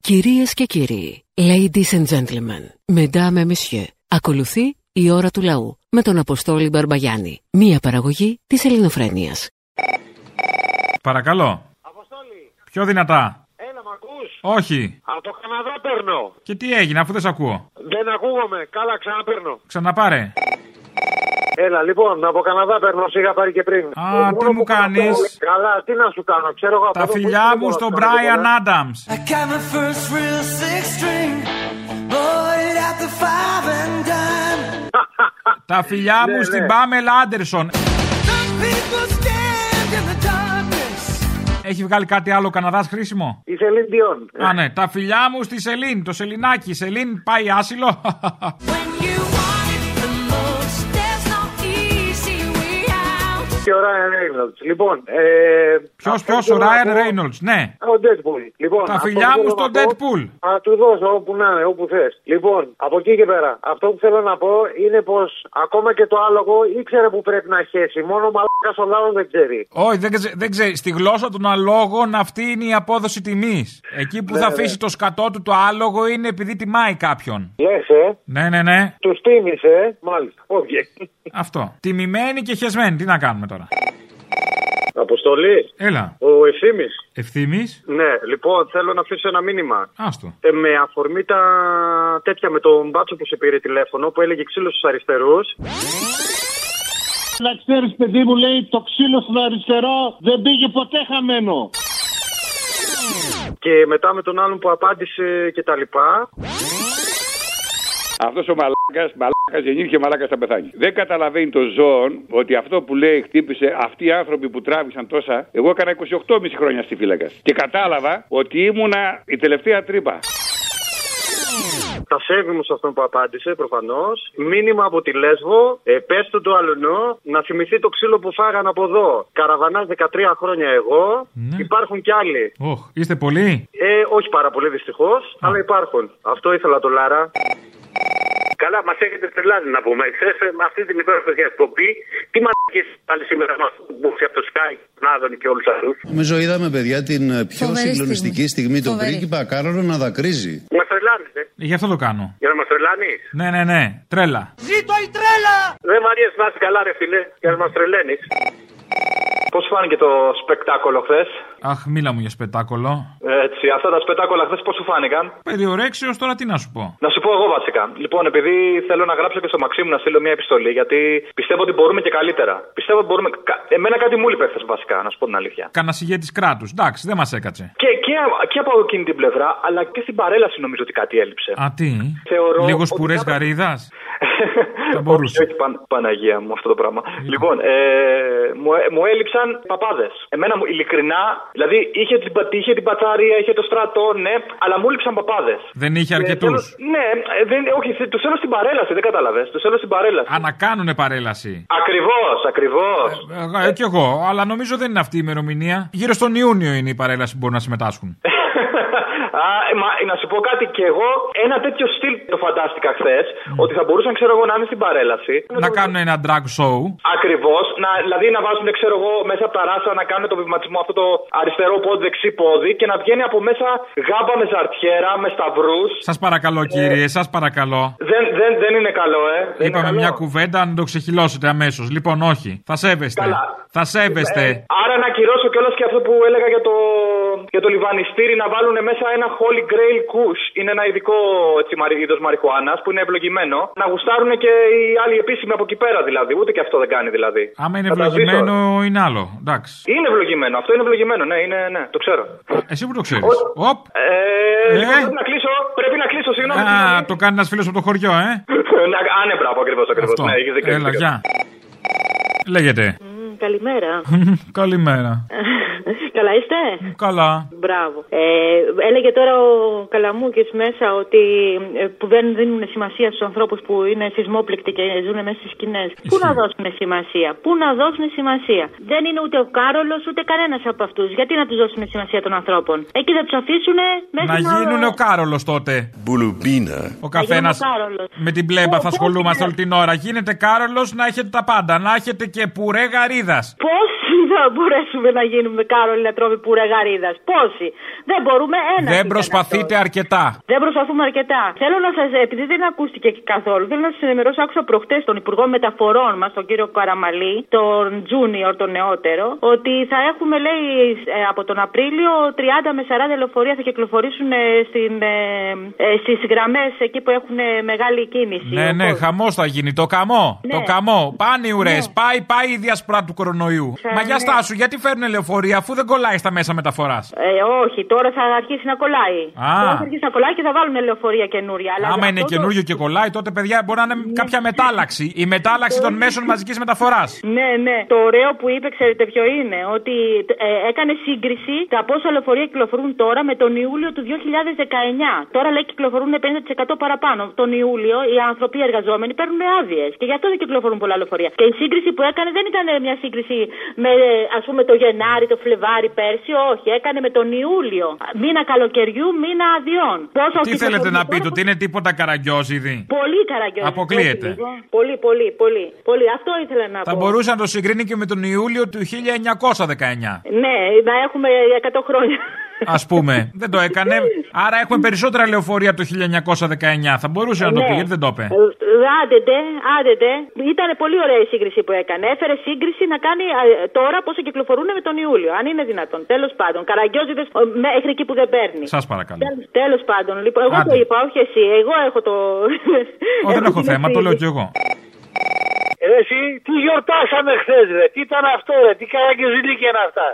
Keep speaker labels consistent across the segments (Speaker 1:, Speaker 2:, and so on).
Speaker 1: Κυρίες και κύριοι, ladies and gentlemen, mesdames et messieurs, ακολουθεί η ώρα του λαού με τον Αποστόλη Μπαρμπαγιάννη, μία παραγωγή της ελληνοφρένειας.
Speaker 2: Παρακαλώ.
Speaker 3: Αποστόλη,
Speaker 2: Πιο δυνατά.
Speaker 3: έλα μ' ακούς.
Speaker 2: Όχι.
Speaker 3: Από το Καναδά παίρνω.
Speaker 2: Και τι έγινε αφού δεν σ' ακούω.
Speaker 3: Δεν ακούγομαι. Καλά, ξαναπέρνω.
Speaker 2: Ξαναπάρε.
Speaker 3: Έλα, λοιπόν, από Καναδά παίρνω, σε είχα πάρει και πριν.
Speaker 2: Α,
Speaker 3: Το
Speaker 2: τι
Speaker 3: μόνο
Speaker 2: μου
Speaker 3: που
Speaker 2: κάνεις.
Speaker 3: κάνω- Καλά, τι να σου κάνω, ξέρω εγώ. από
Speaker 2: Τα
Speaker 3: εδώ που
Speaker 2: φιλιά
Speaker 3: είσαι,
Speaker 2: μου
Speaker 3: δεν
Speaker 2: στον
Speaker 3: μπορώ να κάνω
Speaker 2: Brian
Speaker 3: τίποτα.
Speaker 2: Adams.
Speaker 4: I got my first real six string, bought it at the five and dime.
Speaker 2: Τα φιλιά
Speaker 3: Ναι,
Speaker 2: μου
Speaker 3: ναι.
Speaker 2: στην Πάμελ Άντερσον.
Speaker 4: Some people stand in the darkness.
Speaker 2: Έχει βγάλει κάτι άλλο ο Καναδάς χρήσιμο.
Speaker 3: Η Σελήν Διόν.
Speaker 2: Α, ναι. Τα φιλιά μου στη Σελήν. Το Σελινάκι. Η Σελήν πάει άσυλο.
Speaker 5: When you want it the most, there's no easy way out.
Speaker 3: Και ο Ράιν Ρέινολτ. Λοιπόν, ε,
Speaker 2: Ποιος,
Speaker 3: αυτό
Speaker 2: ποιο, ο
Speaker 3: θέλω να
Speaker 2: Ράιν
Speaker 3: πω-
Speaker 2: Ρέινολτ. Ναι.
Speaker 3: Ο Deadpool. Λοιπόν,
Speaker 2: Τα
Speaker 3: αυτό
Speaker 2: φιλιά
Speaker 3: που
Speaker 2: μου
Speaker 3: θέλω
Speaker 2: στον
Speaker 3: να πω-
Speaker 2: Deadpool.
Speaker 3: Θα του δώσω όπου να είναι, όπου θες. Λοιπόν, από εκεί και πέρα. Αυτό που θέλω να πω είναι πως ακόμα και το άλογο ήξερε που πρέπει να χέσει. Μόνο ο μαλάκας ο λαό δεν ξέρει.
Speaker 2: Όχι, δεν, ξε- δεν ξέρει. Στη γλώσσα των αλόγων αυτή είναι η απόδοση τιμής. Εκεί που θα
Speaker 3: ναι.
Speaker 2: αφήσει το σκατό του το άλογο είναι επειδή τιμάει κάποιον.
Speaker 3: Λες, ε.
Speaker 2: Ναι, ναι, ναι.
Speaker 3: Τους τίμησε, μάλιστα. Όχι.
Speaker 2: Αυτό. Τιμημένη και χεσμένη. Τι να κάνουμε τώρα.
Speaker 3: Αποστολή.
Speaker 2: Έλα.
Speaker 3: Ο Ευθύμης.
Speaker 2: Ευθύμης.
Speaker 3: Ναι, λοιπόν, θέλω να αφήσω ένα μήνυμα.
Speaker 2: Άστο.
Speaker 3: Ε, με αφορμή τα τέτοια με τον μπάτσο που σε πήρε τηλέφωνο που έλεγε ξύλος στους αριστερούς.
Speaker 6: Να ξέρεις παιδί μου λέει το ξύλο στον αριστερό δεν πήγε ποτέ χαμένο.
Speaker 3: Και μετά με τον άλλον που απάντησε και τα λοιπά.
Speaker 7: Αυτός ο μαλάκας, μαλάκας γεννήθηκε μαλάκας θα πεθάνει. Δεν καταλαβαίνει το ζώον ότι αυτό που λέει χτύπησε αυτοί οι άνθρωποι που τράβηξαν τόσα. Εγώ έκανα 28,5 χρόνια στη φύλακα. Και κατάλαβα ότι ήμουνα η τελευταία τρύπα.
Speaker 3: Τα σέβη μου σε αυτόν που απάντησε, προφανώς. Μήνυμα από τη Λέσβο. Ε, πες του του αλουνού να θυμηθεί το ξύλο που φάγαν από εδώ. Καραβανάς 13 χρόνια εγώ.
Speaker 2: Ναι.
Speaker 3: Υπάρχουν κι άλλοι.
Speaker 2: Οχ, είστε πολλοί.
Speaker 3: Ε, όχι πάρα πολύ δυστυχώς, αλλά υπάρχουν. Αυτό ήθελα το Λάρα.
Speaker 8: Καλά, μας έχετε τρελάνει να πούμε. Ξέρετε, με αυτή την υπέροχη εκπομπή, τι μαλακίε πάλι σήμερα μας μπούξει από το Sky, τον Άδων και όλους αυτούς.
Speaker 9: Νομίζω είδαμε παιδιά την ε, πιο
Speaker 5: Φοβερή
Speaker 9: συγκλονιστική στιγμή, τον
Speaker 5: Φοβερή.
Speaker 9: πρίγκιπα Κάρολο να δακρύζει.
Speaker 8: Μας τρελάνετε.
Speaker 2: Γι' αυτό το κάνω.
Speaker 8: ε. Για να μας τρελάνεις.
Speaker 2: Ναι, ναι, ναι. Τρέλα.
Speaker 4: Ζήτω η τρέλα!
Speaker 8: Δεν βαριέ να είσαι καλά, ρε φιλέ, για να μας τρελαίνεις.
Speaker 3: Πώς φάνηκε το σπεκτάκολο χθες,
Speaker 2: Αχ, μίλα μου για σπετάκολο.
Speaker 3: Έτσι, αυτά τα σπεκτάκολα χθες πώς σου φάνηκαν.
Speaker 2: Περιορέξεως τώρα τι να σου πω.
Speaker 3: Να σου πω εγώ βασικά. Λοιπόν, επειδή θέλω να γράψω και στο Μαξίμου να στείλω μια επιστολή, γιατί πιστεύω ότι μπορούμε και καλύτερα. Πιστεύω ότι μπορούμε. κα- Εμένα κάτι μου λείπει χθες, βασικά, να σου πω την αλήθεια.
Speaker 2: Κανα ηγέτης κράτους. Εντάξει, δεν μας έκατσε.
Speaker 3: Και, και, και από εκείνη την πλευρά, αλλά και στην παρέλαση νομίζω ότι κάτι έλειψε.
Speaker 2: Α, τι.
Speaker 3: Θεωρώ
Speaker 2: Λίγος
Speaker 3: ότι
Speaker 2: σπουρέ
Speaker 3: θα-
Speaker 2: γαρίδας. Θα μπορούσε.
Speaker 3: Όχι, όχι, Παν- Παναγία μου αυτό το πράγμα. Λοιπόν, ε, μου, έ- μου έλειψαν παπάδες. Εμένα μου, ειλικρινά, δηλαδή είχε την, πα- είχε την πατσάρια, είχε το στρατό, ναι, αλλά μου έλειψαν παπάδες.
Speaker 2: Δεν είχε αρκετού.
Speaker 3: Ναι, ε, δεν, όχι, τους θέλω στην παρέλαση, δεν κατάλαβες. Τους θέλω στην παρέλαση. Ναι,
Speaker 2: Ανακάνουνε παρέλαση.
Speaker 3: Ακριβώς, ακριβώς.
Speaker 2: Ε, κι εγώ, αλλά νομίζω δεν είναι αυτή η ημερομηνία. Γύρω στον Ιούνιο είναι η παρέλαση που μπορούν να συμμετάσχουν.
Speaker 3: Ε, Α, ε, μα, ε, να σου πω κάτι και εγώ ένα τέτοιο στυλ το φαντάστηκα χθες ότι θα μπορούσαν ξέρω εγώ να είναι στην παρέλαση
Speaker 2: να κάνουν ένα drag show.
Speaker 3: Ακριβώς. Δηλαδή να βάζουν, ξέρω εγώ, μέσα από τα ράσα να κάνουν το βηματισμό αυτό το αριστερό πόδι, δεξί πόδι και να βγαίνει από μέσα γάμπα με ζαρτιέρα, με σταυρούς.
Speaker 2: Σας παρακαλώ, κύριε, σας παρακαλώ.
Speaker 3: Ε, Δεν, δεν, δεν είναι καλό, ε. Δεν
Speaker 2: Είπαμε
Speaker 3: είναι
Speaker 2: μια
Speaker 3: καλό.
Speaker 2: κουβέντα να το ξεχυλώσετε αμέσως. Λοιπόν, όχι. Θα σέβεστε.
Speaker 3: Καλά.
Speaker 2: Θα σέβεστε.
Speaker 3: Ε, άρα να ακυρώσω κιόλας και αυτό που έλεγα για το, για το λιβανιστήρι να βάλουν μέσα ένα Holy Grail Kush. Είναι ένα ειδικό είδος μαριχουάνας που είναι ευλογημένο. Να γουστάρουν και οι άλλοι επίσημοι από εκεί πέρα δηλαδή. Ούτε και αυτό δεν κάνει δηλαδή.
Speaker 2: Άμα είναι
Speaker 3: Θα τα ζήσω.
Speaker 2: ευλογημένο, είναι άλλο. Εντάξει.
Speaker 3: Είναι ευλογημένο, αυτό είναι ευλογημένο, ναι, είναι, ναι, το ξέρω.
Speaker 2: Εσύ που το ξέρεις.
Speaker 3: Ο-
Speaker 2: Οπ.
Speaker 3: Ε,
Speaker 2: Ε.
Speaker 3: λοιπόν, πρέπει να κλείσω, πρέπει να κλείσω, συγγνώμη.
Speaker 2: Α, το κάνει ένας φίλος από το χωριό, ε.
Speaker 3: Α, ναι, μπράβο, ακριβώς, ακριβώς.
Speaker 2: Αυτό.
Speaker 3: Ναι, έχεις δίκιο, έχεις
Speaker 2: Έλα,
Speaker 3: δίκιο.
Speaker 2: γεια. Λέγεται.
Speaker 10: Καλημέρα.
Speaker 2: Καλημέρα.
Speaker 10: Καλά είστε.
Speaker 2: Καλά.
Speaker 10: Μπράβο. Ε, έλεγε τώρα ο Καλαμούκης μέσα ότι ε, που δεν δίνουν σημασία στους ανθρώπους που είναι σεισμόπληκτοι και ζουν μέσα στις σκηνές. Πού να δώσουν σημασία, πού να δώσουν σημασία. Δεν είναι ούτε ο Κάρολος ούτε κανένας από αυτούς. Γιατί να τους δώσουν σημασία των ανθρώπων. Εκεί θα τους αφήσουν μέσα
Speaker 2: Να
Speaker 10: στο-
Speaker 2: γίνουν ο Κάρολος τότε.
Speaker 9: Μπουλουμπίνα.
Speaker 2: Ο καθένας
Speaker 10: γίνουν ο Κάρολος.
Speaker 2: με την πλέμπα
Speaker 10: Πού-
Speaker 2: θα
Speaker 10: πού
Speaker 2: ασχολούμαστε
Speaker 10: είναι?
Speaker 2: όλη την ώρα. Γίνεται Κάρολος να έχετε τα πάντα. Να έχετε και πουρέ γαρίδας.
Speaker 10: Πώς Όλοι θα μπορέσουμε να γίνουμε κάρολοι να τρώμε πουρέ γαρίδα. Πόσοι. Δεν μπορούμε ένα.
Speaker 2: Δεν προσπαθείτε αρκετά.
Speaker 10: Δεν προσπαθούμε αρκετά. Θέλω να σας, επειδή δεν ακούστηκε και καθόλου, θέλω να σας ενημερώσω. Άκουσα προχτές τον Υπουργό Μεταφορών μας, τον κύριο Καραμαλή, τον Τζούνιορ, τον νεότερο, ότι θα έχουμε, λέει, ε, από τον Απρίλιο 30 με 40 λεωφορεία θα κυκλοφορήσουν ε, στην, ε, ε, στις γραμμές εκεί που έχουν ε, μεγάλη κίνηση.
Speaker 2: Ναι, ναι, χαμός θα γίνει. Το καμό.
Speaker 10: Λοιπόν. Ναι.
Speaker 2: Το καμό. Πάνε οι ουρές. Πάει, πάει η διασπρά του κορονοϊού.
Speaker 10: Θα-
Speaker 2: Μα για
Speaker 10: ναι.
Speaker 2: στάσου, γιατί φέρνουν λεωφορεία αφού δεν κολλάει στα μέσα μεταφοράς.
Speaker 10: Ε, όχι, τώρα θα αρχίσει να κολλάει.
Speaker 2: Α.
Speaker 10: Τώρα θα αρχίσει να κολλάει και θα βάλουν λεωφορεία καινούρια. Αλλά
Speaker 2: Άμα
Speaker 10: αυτό
Speaker 2: είναι
Speaker 10: το-
Speaker 2: καινούριο και κολλάει, τότε παιδιά μπορεί να είναι κάποια μετάλλαξη. Η μετάλλαξη των μέσων μαζικής μεταφοράς.
Speaker 10: Ναι, ναι. Το ωραίο που είπε, ξέρετε ποιο είναι, ότι ε, έκανε σύγκριση τα πόσα λεωφορεία κυκλοφορούν τώρα με τον Ιούλιο του 2019. Τώρα λέει κυκλοφορούν 50% παραπάνω. Τον Ιούλιο οι άνθρωποι οι εργαζόμενοι παίρνουν άδειες και γι' αυτό δεν κυκλοφορούν πολλά λεωφορεία. Και η σύγκριση που έκανε δεν ήταν ε, μια σύγκριση με ας πούμε το Γενάρη, το Φλεβάρι πέρσι, όχι. Έκανε με τον Ιούλιο. Μήνα καλοκαιριού, μήνα αδειών. Πόσα
Speaker 2: Τι θέλετε να πείτε, ότι είναι τίποτα καραγκιόζιδι.
Speaker 10: Πολύ καραγκιόζη.
Speaker 2: Αποκλείεται.
Speaker 10: Πολύ, πολύ, πολύ, πολύ. Αυτό ήθελα να
Speaker 2: Θα
Speaker 10: πω.
Speaker 2: μπορούσε να το συγκρίνει και με τον Ιούλιο του 1919.
Speaker 10: Ναι, να έχουμε 100 χρόνια.
Speaker 2: Ας πούμε. δεν το έκανε. Άρα έχουμε περισσότερα λεωφορεία από το 1919. Θα μπορούσε να το
Speaker 10: Ναι.
Speaker 2: πει, γιατί δεν το είπε.
Speaker 10: Ε, Άντετε, άντετε. Ήταν πολύ ωραία η σύγκριση που έκανε. Έφερε σύγκριση να κάνει ε, τώρα πόσο κυκλοφορούν με τον Ιούλιο, αν είναι δυνατόν. Τέλος πάντων, καραγκιόζητες μέχρι εκεί που δεν παίρνει.
Speaker 2: Σας παρακαλώ.
Speaker 10: Τέλος πάντων, λοιπόν, εγώ
Speaker 2: Άντε.
Speaker 10: το είπα, όχι εσύ. Εγώ έχω το.
Speaker 2: Ω, δεν έχω
Speaker 10: την
Speaker 2: θέμα, το
Speaker 10: ευθύνη.
Speaker 2: λέω κι εγώ.
Speaker 11: Ρε, Ε, εσύ, τι γιορτάσαμε χθες, ρε. Τι ήταν αυτό, ρε. Τι καραγκιουζιλίκια είναι αυτά.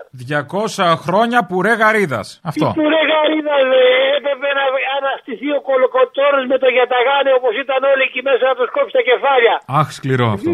Speaker 2: 200 χρόνια πουρέ γαρίδας. Αυτό.
Speaker 11: Τι που ρε γαρίδας, ρε. Έπρεπε να αναστηθεί ο κολοκοτόρο με το γιαταγάνε όπως ήταν όλοι εκεί μέσα να τους κόψει τα κεφάλια.
Speaker 2: Αχ, σκληρό αυτό.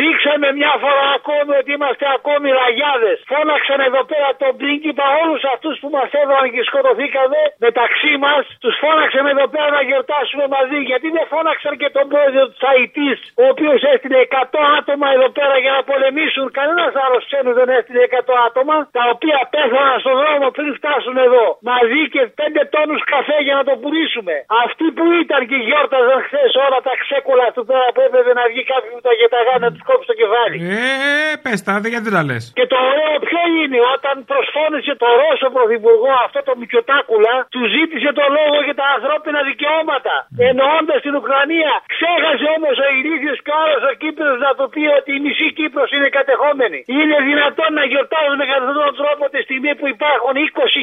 Speaker 11: Δείξαμε μια φορά ακόμη ότι είμαστε ακόμη ραγιάδες. Φώναξαν εδώ πέρα τον πρίγκιπα όλους αυτούς που μας έβαλαν και σκοτωθήκαμε μεταξύ μας. Τους φώναξαν εδώ πέρα να γιορτάσουμε μαζί. Γιατί δεν φώναξαν και τον πρόεδρο της Αϊτής, ο οποίος έστειλε 100 άτομα εδώ πέρα για να πολεμήσουν. Κανένας άλλος ξένος δεν έστειλε 100 άτομα, τα οποία πέθαναν στον δρόμο πριν φτάσουν εδώ. Μαζί και 5 τόνους καφέ για να το πουλήσουμε. Αυτοί που ήταν και γιόρταζαν χθες όλα τα ξέκολα του πέρα που έπρεπε να βγει κάποιοι με τα γεταγά να του κόψει το κεφάλι.
Speaker 2: Ε, πες τα, δε, γιατί δεν τα λες.
Speaker 11: Και το ωραίο ποιο είναι, όταν προσφώνησε το Ρώσο Πρωθυπουργό αυτό το Μικιοτάκουλα, του ζήτησε το λόγο για τα ανθρώπινα δικαιώματα. Εννοώντας την Ουκρανία. Ξέχασε όμως ο ηλίθιος και ο άλλος ο Κύπρος να του πει ότι η μισή Κύπρος είναι κατεχόμενη. Είναι δυνατόν να γιορτάζουμε κατά αυτόν τον τρόπο τη στιγμή που υπάρχουν 20.000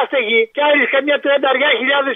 Speaker 11: άστεγοι και άλλοι καμιά 30.000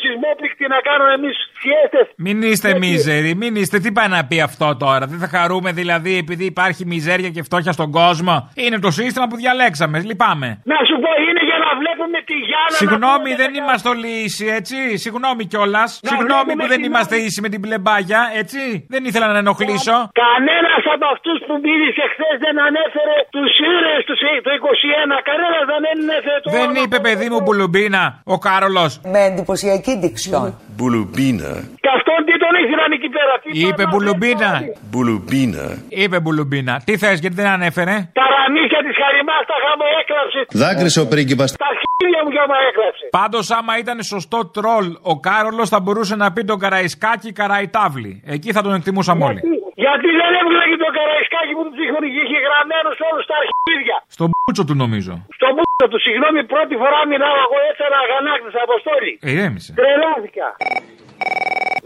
Speaker 11: σεισμόπληκτοι να κάνουν εμείς φιέστες
Speaker 2: Μην είστε μίζεροι, μην είστε. Τι πάει να πει αυτό τώρα. Δεν θα χαρούμε δηλαδή επειδή υπάρχει μιζέρια και φτώχεια στον κόσμο. Είναι το σύστημα που διαλέξαμε. Λυπάμαι.
Speaker 11: Να σου πω, είναι για να βλέπουμε τη Γιάννα.
Speaker 2: Συγγνώμη, δεν είμαστε όλοι ίσοι, έτσι. Συγγνώμη κιόλας. Συγγνώμη που δεν είμαστε ίσοι με την πλεμπάγια, έτσι. Δεν ήθελα να ενοχλήσω.
Speaker 11: Κανένας από αυτούς που μίλησε χθες δεν ανέφερε τους ήρωε του το 21. Κανένας δεν ανέφερε το.
Speaker 2: Δεν είπε παιδί μου μπουλουμπίνα ο Κάρολος.
Speaker 12: Με εντυπωσιακή δικτυόν.
Speaker 9: Μπουλουμπίνα.
Speaker 11: Και αυτόν τι τον ήθελαν εκεί πέρα. Τι
Speaker 2: Είπε μπουλουμπίνα.
Speaker 9: Μπουλουμπίνα.
Speaker 2: Είπε μπουλουμπίνα. Τι θες, γιατί δεν ανέφερε.
Speaker 11: Τα ραμίσια τη χαριμά τα γάμο έκλαψε.
Speaker 9: Δάκρυσε ο πρίγκιπας.
Speaker 11: Τα χίλια μου γάμο έκλαψε.
Speaker 2: Πάντως, άμα ήταν σωστό τρολ, ο Κάρολος θα μπορούσε να πει τον Καραϊσκάκη Καραϊτάβλη. Εκεί θα τον εκτιμούσαμε όλοι.
Speaker 11: Γιατί δεν έβγαλε και το καραϊσκάκι που του είχαν είχε γραμμένους όλους τα αρχίδια.
Speaker 2: Στον μπούτσο του νομίζω.
Speaker 11: Στον μπούτσο του, συγγνώμη, πρώτη φορά μιλάω εγώ έτσι αγανάκτησα αποστόλη.
Speaker 2: Ε, ηρέμησε.
Speaker 11: Τρελάθηκα.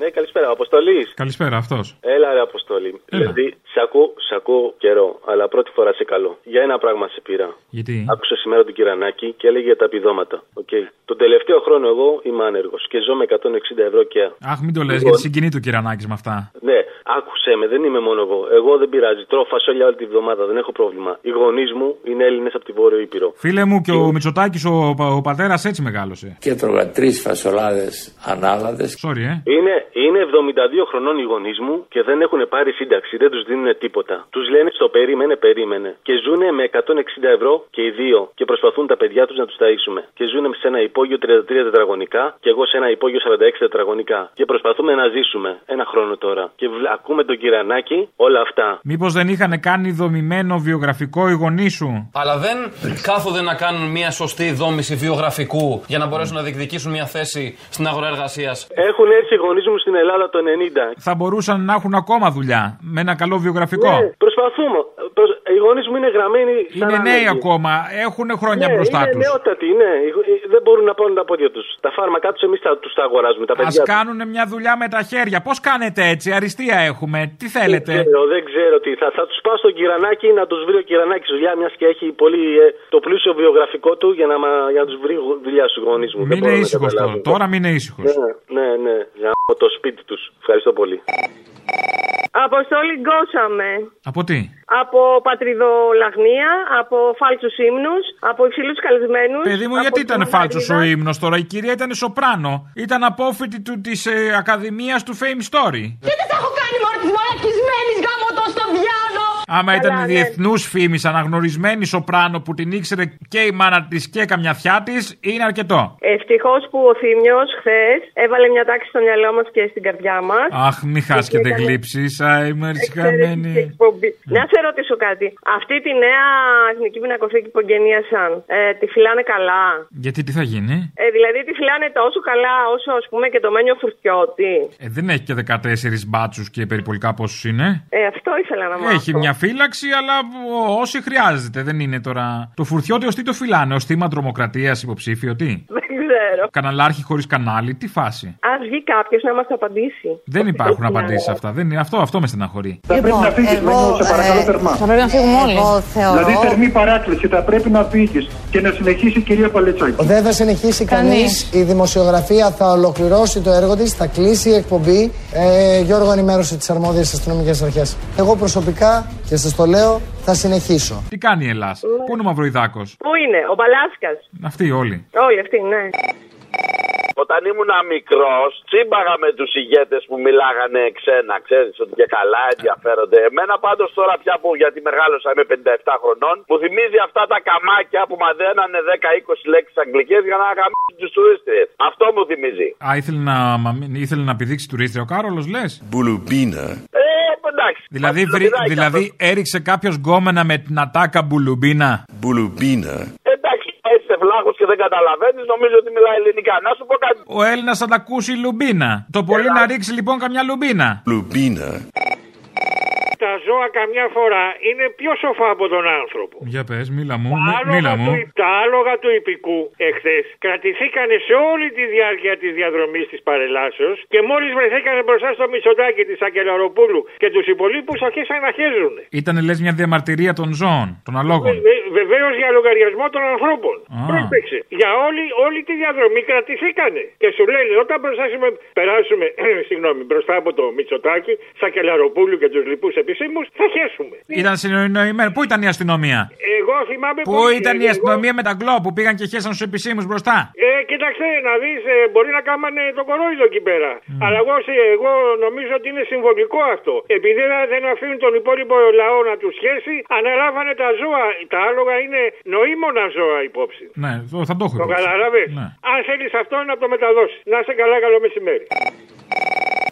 Speaker 13: Ναι, καλησπέρα, Αποστολής.
Speaker 2: Καλησπέρα, αυτός.
Speaker 13: Έλα, ρε Αποστολή. Δηλαδή, σε ακούω, σε ακούω καιρό, αλλά πρώτη φορά σε καλό. Για ένα πράγμα σε πήρα.
Speaker 2: Γιατί.
Speaker 13: Άκουσα σήμερα τον Κυρανάκη και έλεγε για τα επιδόματα. Οκ. Τον τελευταίο χρόνο εγώ είμαι άνεργος και ζω με 160 ευρώ και.
Speaker 2: Αχ, μην το λες,
Speaker 13: Λοιπόν.
Speaker 2: γιατί συγκινεί το κυρανάκι με αυτά.
Speaker 13: Ναι, άκουσε με, δεν είμαι μόνο εγώ. Εγώ δεν πειράζει. Τρώω φασόλια όλη τη βδομάδα, δεν έχω πρόβλημα. Οι γονείς μου είναι Έλληνες από τη Βόρειο Ήπειρο.
Speaker 2: Φίλε μου και ο Μητσοτάκης, ο, πα- ο πατέρας έτσι μεγάλωσε.
Speaker 14: Και έτρωγα τρεις φασολάδες ανάλαδες.
Speaker 2: Sorry, ε.
Speaker 13: Είναι, είναι 72 χρονών οι γονείς μου και δεν έχουν πάρει σύνταξη, δεν τους δίνουν τίποτα. Τους λένε στο περίμενε, περίμενε. Και ζουν με 160 ευρώ και οι δύο και προσπαθούν τα παιδιά τους να τους ταΐσουμε. Και ζουν σε ένα υπόγειο 33 τετραγωνικά και εγώ σε ένα υπόγειο 46 τετραγωνικά. Και προσπαθούμε να ζήσουμε ένα χρόνο τώρα. Και βλα- ακούμε τον κυρανάκι όλα αυτά.
Speaker 2: Μήπως δεν είχαν κάνει δομημένο βιογραφικό οι γονείς σου.
Speaker 15: Αλλά δεν κάθονται να κάνουν μια σωστή δόμηση βιογραφικού για να μπορέσουν να διεκδικήσουν μια θέση στην αγορά εργασίας.
Speaker 13: Έχουν έτσι οι γονείς μου στην Ελλάδα το 90.
Speaker 2: Θα μπορούσαν να έχουν ακόμα δουλειά με ένα καλό βιογραφικό.
Speaker 13: Ναι, προσπαθούμε. Προσ- ε, Οι γονείς μου είναι γραμμένοι σαν
Speaker 2: Είναι νέοι
Speaker 13: ανάγκη.
Speaker 2: ακόμα, έχουν χρόνια
Speaker 13: ναι,
Speaker 2: μπροστά
Speaker 13: είναι
Speaker 2: τους.
Speaker 13: νεότατοι, ναι. Ε, ε, Δεν μπορούν να πάρουν τα πόδια τους. Τα φάρμακά τους εμείς τους τα αγοράζουμε, τα παιδιά.
Speaker 2: Ας
Speaker 13: τους.
Speaker 2: κάνουν μια δουλειά με τα χέρια. Πώς κάνετε έτσι, αριστεία έχουμε. Τι θέλετε.
Speaker 13: Δεν Ε, ξέρω, δεν ξέρω τι. Θα, θα τους πάω στον Κυρανάκη να τους βρει ο Κυρανάκης δουλειά, μιας και έχει πολύ, ε, το πλούσιο βιογραφικό του για να, μα- για να τους βρει γου- δουλειά στους γονείς μου.
Speaker 2: Μην είναι ήσυχο τώρα. Τώρα μην είναι ήσυχος.
Speaker 13: Ναι, ναι, ναι. Για να το σπίτι τους. Ευχαριστώ πολύ.
Speaker 16: Αποστόλη γκώσαμε.
Speaker 2: Από τι.
Speaker 16: Από πατριδολαγνία, από φάλτσους ύμνους, από υψηλούς καλεσμένους.
Speaker 2: Παιδί μου, γιατί ήταν φάλτσο ο ύμνος τώρα. Η κυρία ήταν σοπράνο. Ήταν απόφοιτη του της ε, Ακαδημίας του Fame Story.
Speaker 1: Και δεν τα έχω κάνει μόνο της μαλακισμένης γάμο το στο διάλο.
Speaker 2: Άμα
Speaker 1: ναι.
Speaker 2: ήταν διεθνούς φήμης αναγνωρισμένη σοπράνο που την ήξερε και η μάνα της και καμιά θιά της, είναι αρκετό.
Speaker 16: Ευτυχώς που ο Θήμιος χθες έβαλε μια τάξη στο μυαλό μας και στην καρδιά μας.
Speaker 2: Αχ, μη χάσει και δεν γλύψεις. Α, είμαι αρισχαμένη.
Speaker 16: Να σε ρωτήσω κάτι. Αυτή τη νέα εθνική πινακοθήκη που εγγενίασαν, ε, τη φυλάνε καλά.
Speaker 2: Γιατί τι θα γίνει.
Speaker 16: Ε, δηλαδή τη φυλάνε τόσο καλά όσο ας πούμε και το μένιο φουρτιώτη.
Speaker 2: Ε, δεν έχει και 14 μπάτσους και περιπολικά πόσους είναι.
Speaker 16: Ε, αυτό ήθελα να μάθω.
Speaker 2: Έχει μια φύλαξη, αλλά ο- όσοι χρειάζεται. Δεν είναι τώρα. Το φουρτιώτη ω τι το φυλάνε, ω θύμα τρομοκρατίας υποψήφιο, τι.
Speaker 16: Δεν ξέρω.
Speaker 2: Καναλάρχη χωρίς κανάλι, τι φάση.
Speaker 16: Ας βγει κάποιος να μας απαντήσει.
Speaker 2: Δεν υπάρχουν απαντήσει σε αυτά. Δεν είναι, αυτό, αυτό με στεναχωρεί.
Speaker 16: Ε,
Speaker 17: Θα πρέπει να φύγεις, Μανώλη, σε παρακαλώ θερμά.
Speaker 18: Λοιπόν, ε, Θα πρέπει να φύγουμε όλοι. Εγώ θεωρώ.
Speaker 17: Δηλαδή, θερμή παράκληση, θα πρέπει να φύγεις και να συνεχίσει η κυρία Παλετσάκη.
Speaker 19: Δεν θα συνεχίσει
Speaker 18: Κανείς.
Speaker 19: κανείς. Η δημοσιογραφία θα ολοκληρώσει το έργο της, θα κλείσει η εκπομπή. Ε, Γιώργο, ενημέρωσε τις αρμόδιες αστυνομικές αρχές. Εγώ προσωπικά και σας το λέω, θα συνεχίσω.
Speaker 2: Τι κάνει η Ελλάδα. Πού είναι ο Μαυροϊδάκος.
Speaker 16: Πού είναι, ο Μπαλάσκα.
Speaker 2: Αυτοί όλοι.
Speaker 16: Όλοι αυτοί, ναι.
Speaker 20: Όταν ήμουν μικρός, τσίμπαγα με τους ηγέτες που μιλάγανε ξένα. Ξέρεις ότι και καλά ενδιαφέρονται. Εμένα πάντως τώρα πια που γιατί μεγάλωσα είμαι 57 χρονών, μου θυμίζει αυτά τα καμάκια που μαδένανε 10-20 λέξεις αγγλικές για να γαμίσουν τους τουρίστες. Αυτό μου θυμίζει.
Speaker 2: Α, ήθελε να, μα- ήθελε να πηδήξει τουρίστρια ο Κάρολος, λες. Μπουλουμπίνα.
Speaker 20: Ε, εντάξει.
Speaker 2: Δηλαδή, βρει- δηλαδή έριξε κάποιος γκόμενα με την ατάκα μπουλουμπίνα. Μπουλουμπίνα.
Speaker 20: Εντάξει, είσαι βλάχο και δεν καταλαβαίνεις, νομίζω ότι μιλάει ελληνικά. Να σου πω κάτι.
Speaker 2: Ο Έλληνας θα τα ακούσει λουμπίνα. Το πολύ να ρίξει λοιπόν καμιά λουμπίνα. Λουμπίνα.
Speaker 15: Τα ζώα καμιά φορά είναι πιο σοφά από τον άνθρωπο.
Speaker 2: Για πες, μίλα μου,
Speaker 15: Τα
Speaker 2: μι- μίλα
Speaker 15: άλογα,
Speaker 2: μου.
Speaker 15: του, τα άλογα του υπηκού εχθές κρατηθήκανε σε όλη τη διάρκεια της διαδρομής της παρελάσεως και μόλις βρεθήκανε μπροστά στο μισοτάκι τη Ακελαροπούλου και τους υπολείπους αρχίσαν να χέζουν.
Speaker 2: Ήταν λες μια διαμαρτυρία των ζώων, των αλόγων.
Speaker 15: Βεβαίως για λογαριασμό των ανθρώπων.
Speaker 2: Α.
Speaker 15: Πρόσεξε. Για όλη, όλη τη διαδρομή κρατηθήκανε. Και σου λένε όταν προστάσουμε, περάσουμε συγγνώμη, μπροστά από το Μητσοτάκι, Σακελαροπούλου και τους λοιπούς επισήμους, θα χέσουμε.
Speaker 2: Ήταν συνοημένο. Πού ήταν η αστυνομία.
Speaker 15: Εγώ θυμάμαι
Speaker 2: Πού
Speaker 15: πολύ,
Speaker 2: ήταν η
Speaker 15: εγώ-
Speaker 2: αστυνομία με τα γκλό που πήγαν και χέσαν στους επισήμους μπροστά.
Speaker 15: Ε, κοίταξε, να δεις, μπορεί να κάμανε το κορόιδο εκεί πέρα.
Speaker 2: Mm.
Speaker 15: Αλλά εγώ, σε- εγώ νομίζω ότι είναι συμβολικό αυτό. Επειδή δεν- δεν αφήνουν τον υπόλοιπο λαό να τους σχέσει, αναλάβανε τα ζώα. Τα άλογα είναι νοήμονα ζώα υπόψη.
Speaker 2: Ναι, το- θα το έχω
Speaker 15: Το
Speaker 2: υπόψη. Ναι.
Speaker 15: καταλάβει. Αν θέλεις αυτό, να το μεταδώσεις. Να είσαι καλά, καλό μεσημέρι.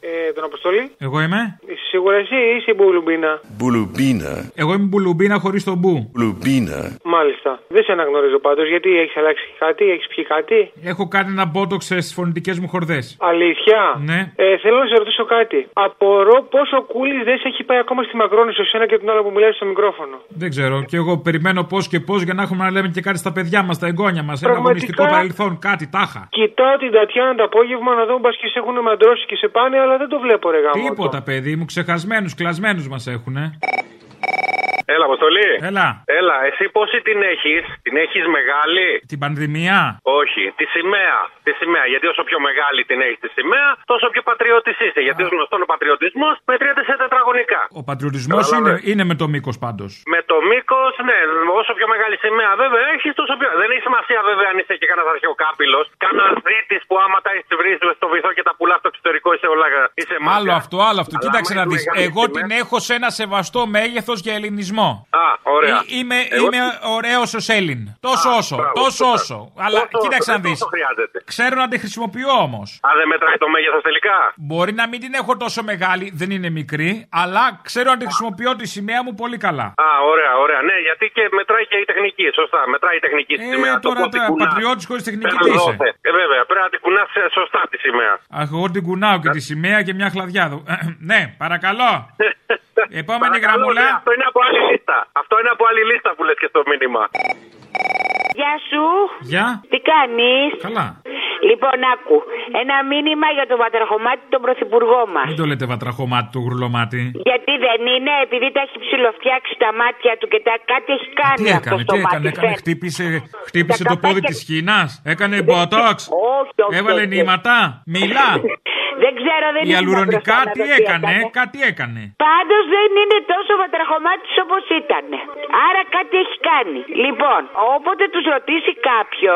Speaker 3: Ε, τον Αποστολή.
Speaker 2: Εγώ είμαι.
Speaker 3: Σίγουρα εσύ είσαι μπουλουμπίνα.
Speaker 21: Bulubina.
Speaker 2: Εγώ είμαι μπουλουμπίνα χωρίς τον μπου.
Speaker 21: Bulubina.
Speaker 3: Μάλιστα. Δεν σε αναγνωρίζω πάντως γιατί έχεις αλλάξει κάτι, έχεις πιει κάτι.
Speaker 2: Έχω κάνει ένα μπότοξ στι φωνητικές μου χορδές.
Speaker 3: Αλήθεια.
Speaker 2: Ναι.
Speaker 3: Ε, θέλω να σε ρωτήσω κάτι. Απορώ πόσο κούλης δεν σε έχει πάει ακόμα στη Μακρόνη σε σένα και την ώρα που μιλάει στο μικρόφωνο.
Speaker 2: Δεν ξέρω. Και εγώ περιμένω πώς και πώς για να έχουμε να λέμε και κάτι στα παιδιά μας, τα εγγόνια μας. Ένα αγωνιστικό παρελθόν, κάτι, τάχα.
Speaker 3: Κοιτάω την Τατιάνα το απόγευμα να δω μπα και σε έχουν μαντρώσει και σε πάνε, αλλά δεν το βλέπω ρε γάμο.
Speaker 2: Τίποτα, παιδί μου. Ξεχασμένους, κλασμένους μας έχουνε.
Speaker 22: Έλα, Αποστολή.
Speaker 2: Έλα.
Speaker 22: Έλα, εσύ πόση την έχεις, την έχεις μεγάλη.
Speaker 2: Την πανδημία.
Speaker 22: Όχι, τη σημαία. Τη σημαία. Γιατί όσο πιο μεγάλη την έχεις τη σημαία, τόσο πιο πατριώτης είσαι. Γιατί ως γνωστόν ο πατριωτισμός μετριέται σε τετραγωνικά.
Speaker 2: Ο πατριωτισμός
Speaker 22: Καταλάβες.
Speaker 2: είναι, είναι με το μήκος πάντως.
Speaker 22: Με το μήκος, ναι, όσο πιο μεγάλη σημαία βέβαια έχεις, τόσο πιο. Δεν έχει σημασία βέβαια αν είσαι και κανένας αρχαιοκάπηλος. Κανένας δίτης που άμα τα έχεις βρεις στο βυθό και τα πουλάς στο εξωτερικό είσαι όλα. Είσαι
Speaker 2: Άλλο
Speaker 22: μάτια.
Speaker 2: αυτό, άλλο αυτό.
Speaker 22: Αλλά
Speaker 2: Κοίταξε
Speaker 22: άμα
Speaker 2: να δει.
Speaker 22: είναι μεγάλη
Speaker 2: Εγώ
Speaker 22: σημαία-
Speaker 2: την έχω σε ένα σεβαστό μέγεθος για ελληνισμό.
Speaker 22: Α, ωραία.
Speaker 2: Ε, είμαι
Speaker 22: Εγώ-
Speaker 2: είμαι ωραίος ως Έλλην. Τόσο
Speaker 22: Α,
Speaker 2: όσο.
Speaker 22: μπράβο,
Speaker 2: Τόσο
Speaker 22: μπράβο.
Speaker 2: όσο. Αλλά
Speaker 22: Τόσο
Speaker 2: κοίταξε
Speaker 22: όσο,
Speaker 2: να δει.
Speaker 22: τόσο χρειάζεται.
Speaker 2: Ξέρω να τη χρησιμοποιώ όμως.
Speaker 22: Α, δεν μετράει το μέγεθος τελικά.
Speaker 2: Μπορεί να μην την έχω τόσο μεγάλη, δεν είναι μικρή, αλλά ξέρω να τη χρησιμοποιώ τη σημαία μου πολύ καλά.
Speaker 22: Α, ωραία, ωραία. Ναι, γιατί και μετράει και η τεχνική. Σωστά, μετράει η τεχνική στη σημαία. Το
Speaker 2: Ε, τώρα
Speaker 22: πώς την
Speaker 2: τα
Speaker 22: κουνάς.
Speaker 2: πατριώτης χωρίς τεχνικής
Speaker 22: Πρέπει
Speaker 2: τι
Speaker 22: να
Speaker 2: είσαι.
Speaker 22: δώσε. Ε, βέβαια, πρέπει να την κουνάς σωστά τη σημαία.
Speaker 2: Αχ, εγώ την κουνάω και τη σημαία και μια χλαδιά εδώ. ναι, παρακαλώ. Επόμενη
Speaker 8: Παρακαλώ,
Speaker 22: ε,
Speaker 8: ναι,
Speaker 2: γραμμούλα.
Speaker 8: Αυτό είναι από άλλη λίστα. Αυτό είναι από άλλη λίστα που λες και στο μήνυμα.
Speaker 23: Γεια σου.
Speaker 2: Γεια.
Speaker 23: Τι κάνεις.
Speaker 2: Καλά.
Speaker 23: Λοιπόν, άκου. Ένα μήνυμα για τον πατραχωμάτι τον πρωθυπουργό μας.
Speaker 2: Μην το λέτε βατραχωμάτι του γουρλωμάτι.
Speaker 23: Γιατί δεν είναι, επειδή τα έχει ψηλοφτιάξει τα μάτια του και τα κάτι έχει κάνει
Speaker 2: Τι
Speaker 23: αυτό
Speaker 2: έκανε,
Speaker 23: στο
Speaker 2: τι
Speaker 23: μάτι.
Speaker 2: έκανε, έκανε
Speaker 23: φαίνεται.
Speaker 2: χτύπησε, χτύπησε
Speaker 23: Τα
Speaker 2: το πόδι
Speaker 23: καπάκια-
Speaker 2: της Χίνας, έκανε μποτόξ,
Speaker 23: όχι,
Speaker 2: έβαλε
Speaker 23: όχι.
Speaker 2: νήματα, μιλά.
Speaker 23: Δεν ξέρω, δεν
Speaker 2: Η
Speaker 23: ήμουν μπροστά
Speaker 2: αλουρονικά
Speaker 23: να
Speaker 2: τι
Speaker 23: δω
Speaker 2: έκανε, κάτι έκανε.
Speaker 23: Πάντως δεν είναι τόσο βατραχωμάτης όπως ήταν. Άρα κάτι έχει κάνει. Λοιπόν, όποτε τους ρωτήσει ε, κάποιο,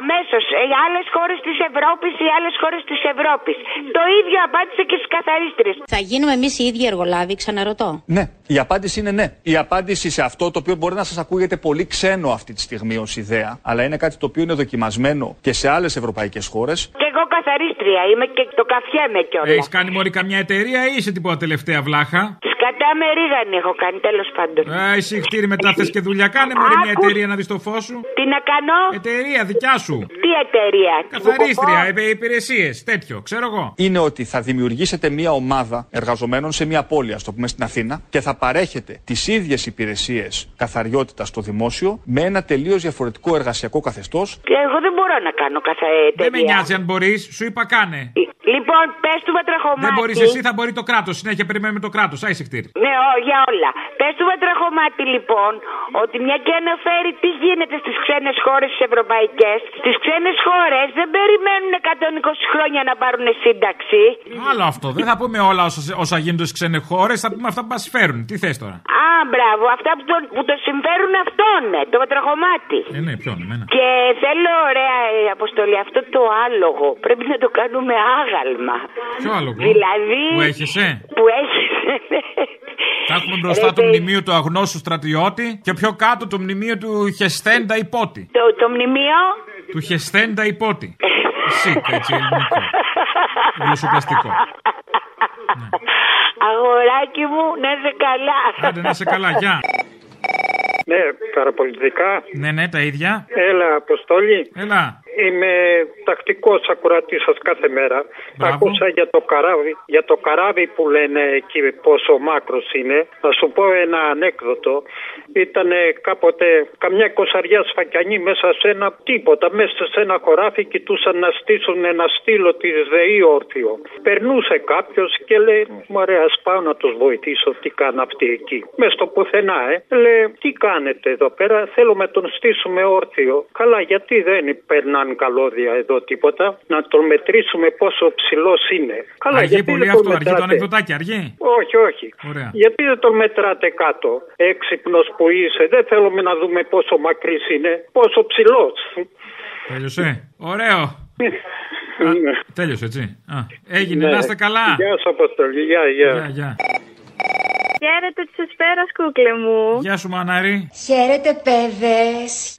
Speaker 23: αμέσω οι άλλες χώρες της Ευρώπης, οι άλλες χώρες της Ευρώπης. Το ίδιο απάντησε και στις καθαρίστρες.
Speaker 24: Θα γίνουμε εμείς οι ίδιοι εργολάβοι, ξαναρωτώ.
Speaker 25: Ναι, η απάντηση είναι ναι. Η απάντηση σε αυτό το οποίο μπορεί να σας ακούγεται πολύ ξένο αυτή τη στιγμή ως ιδέα, αλλά είναι κάτι το οποίο είναι δοκιμασμένο και σε άλλες ευρωπαϊκές χώρες.
Speaker 23: Και εγώ καθαρίστρια είμαι και το καφιέμαι κιόλα.
Speaker 2: Έχεις κάνει μόλι καμιά εταιρεία ή είσαι τίποτα τελευταία βλάχα.
Speaker 23: Σκατά με ρίγανη έχω κάνει, τέλος πάντων.
Speaker 2: Α, εσύ χτύρι μετά θες και δουλειά. Κάνε μόλι μια
Speaker 23: Άκου.
Speaker 2: εταιρεία να δεις το φως σου.
Speaker 23: Τι να κάνω.
Speaker 2: Εταιρεία δικιά σου.
Speaker 23: Τι ε, εταιρεία. Λοιπόν.
Speaker 2: Καθαρίστρια, υπηρεσίες, τέτοιο, ξέρω εγώ.
Speaker 25: Είναι ότι θα δημιουργήσετε μια ομάδα εργαζομένων σε μια πόλη, ας το πούμε στην Αθήνα, και θα παρέχετε τις ίδιες υπηρεσίες καθαριότητας στο δημόσιο με ένα τελείως διαφορετικό εργασιακό καθεστώς.
Speaker 23: Εγώ δεν μπορώ να κάνω καθα... ε,
Speaker 2: Δεν με
Speaker 23: εταιρεία.
Speaker 2: νοιάζει αν μπορείς, σου είπα κάνε.
Speaker 23: Λοιπόν, πες του βατραχωμάτι.
Speaker 2: Δεν μπορείς εσύ, θα μπορεί το κράτος. Συνέχεια περιμένουμε το κράτος. Άισε χτύρι.
Speaker 23: Ναι, ό, για όλα. Πες του Βατραχωμάτη, λοιπόν, ότι μια και αναφέρει τι γίνεται στις ξένες χώρες τις ευρωπαϊκές. Στι ξένες χώρες δεν περιμένουν 120 χρόνια να πάρουν σύνταξη.
Speaker 2: Άλλο αυτό. Δεν θα πούμε όλα όσα, όσα γίνονται στις ξένες χώρες, θα πούμε αυτά που μας φέρουν. Τι θες τώρα.
Speaker 23: Α, μπράβο, αυτά που τον, που το συμφέρουν αυτόν, ναι, το Βατραχωμάτι.
Speaker 2: Ε, ναι, ποιον, εμένα.
Speaker 23: Και θέλω, ωραία ε, αποστολή, αυτό το άλογο πρέπει να το κάνουμε άγαλμα.
Speaker 2: Ποιο άλλο γκολ?
Speaker 23: Δηλαδή.
Speaker 2: που έχεσαι.
Speaker 23: Που έχεις.
Speaker 2: Θα έχουμε μπροστά
Speaker 23: Ρε,
Speaker 2: το
Speaker 23: παιδί.
Speaker 2: μνημείο του αγνώστου στρατιώτη και πιο κάτω το μνημείο του Χεσθέντα Υπότη.
Speaker 23: Το, το μνημείο.
Speaker 2: Του Χεσθέντα Υπότη. Εσύ, έτσι, ελληνικό. Γλωσσοπλαστικό.
Speaker 23: Αγοράκι μου, να είσαι καλά.
Speaker 2: Άντε, να είσαι καλά, γεια.
Speaker 26: Ναι, παραπολιτικά.
Speaker 2: Ναι, ναι, τα ίδια.
Speaker 26: Έλα, Αποστόλη.
Speaker 2: Έλα.
Speaker 26: Είμαι τακτικό ακουρατή σας κάθε μέρα.
Speaker 2: Μπράβο.
Speaker 26: Ακούσα για το, καράβι, για το καράβι που λένε εκεί πόσο μάκρος είναι. Θα σου πω ένα ανέκδοτο. Ήταν κάποτε καμιά κοσαριά σφακιανή μέσα σε ένα τίποτα, μέσα σε ένα χωράφι. Κοιτούσαν να στήσουν ένα στήλο της ΔΕΗ όρθιο. Περνούσε κάποιος και λέει: Μωρέ, ας πάω να τους βοηθήσω. Τι κάνουν αυτοί εκεί. Μες στο πουθενά, ε. Λέει: Τι κάνετε εδώ πέρα, θέλουμε να τον στήσουμε όρθιο. Καλά, γιατί δεν περνάνε καλώδια εδώ τίποτα. Να τον μετρήσουμε πόσο ψηλός είναι. Καλά,
Speaker 2: Αργεί
Speaker 26: γιατί
Speaker 2: πολύ
Speaker 26: δεν τον
Speaker 2: αυτό, αργεί το
Speaker 26: μετράτε.
Speaker 2: ανεκδοτάκι, αργεί.
Speaker 26: Όχι, όχι.
Speaker 2: Ωραία.
Speaker 26: Γιατί δεν τον μετράτε κάτω. Έξυπνος που είσαι, δεν θέλουμε να δούμε πόσο μακρύς είναι, πόσο ψηλός.
Speaker 2: Τέλειωσε. Ωραίο. Α, Τέλειωσε, έτσι. Α, Έγινε,
Speaker 26: Ναι.
Speaker 2: να είστε καλά.
Speaker 26: Γεια σας, Αποστολή. Γεια,
Speaker 2: Γεια, γεια.
Speaker 27: Χαίρετε της εσπέρα, κούκλε μου.
Speaker 2: Γεια σου, Μανάρη.
Speaker 27: Χαίρετε, παιδες.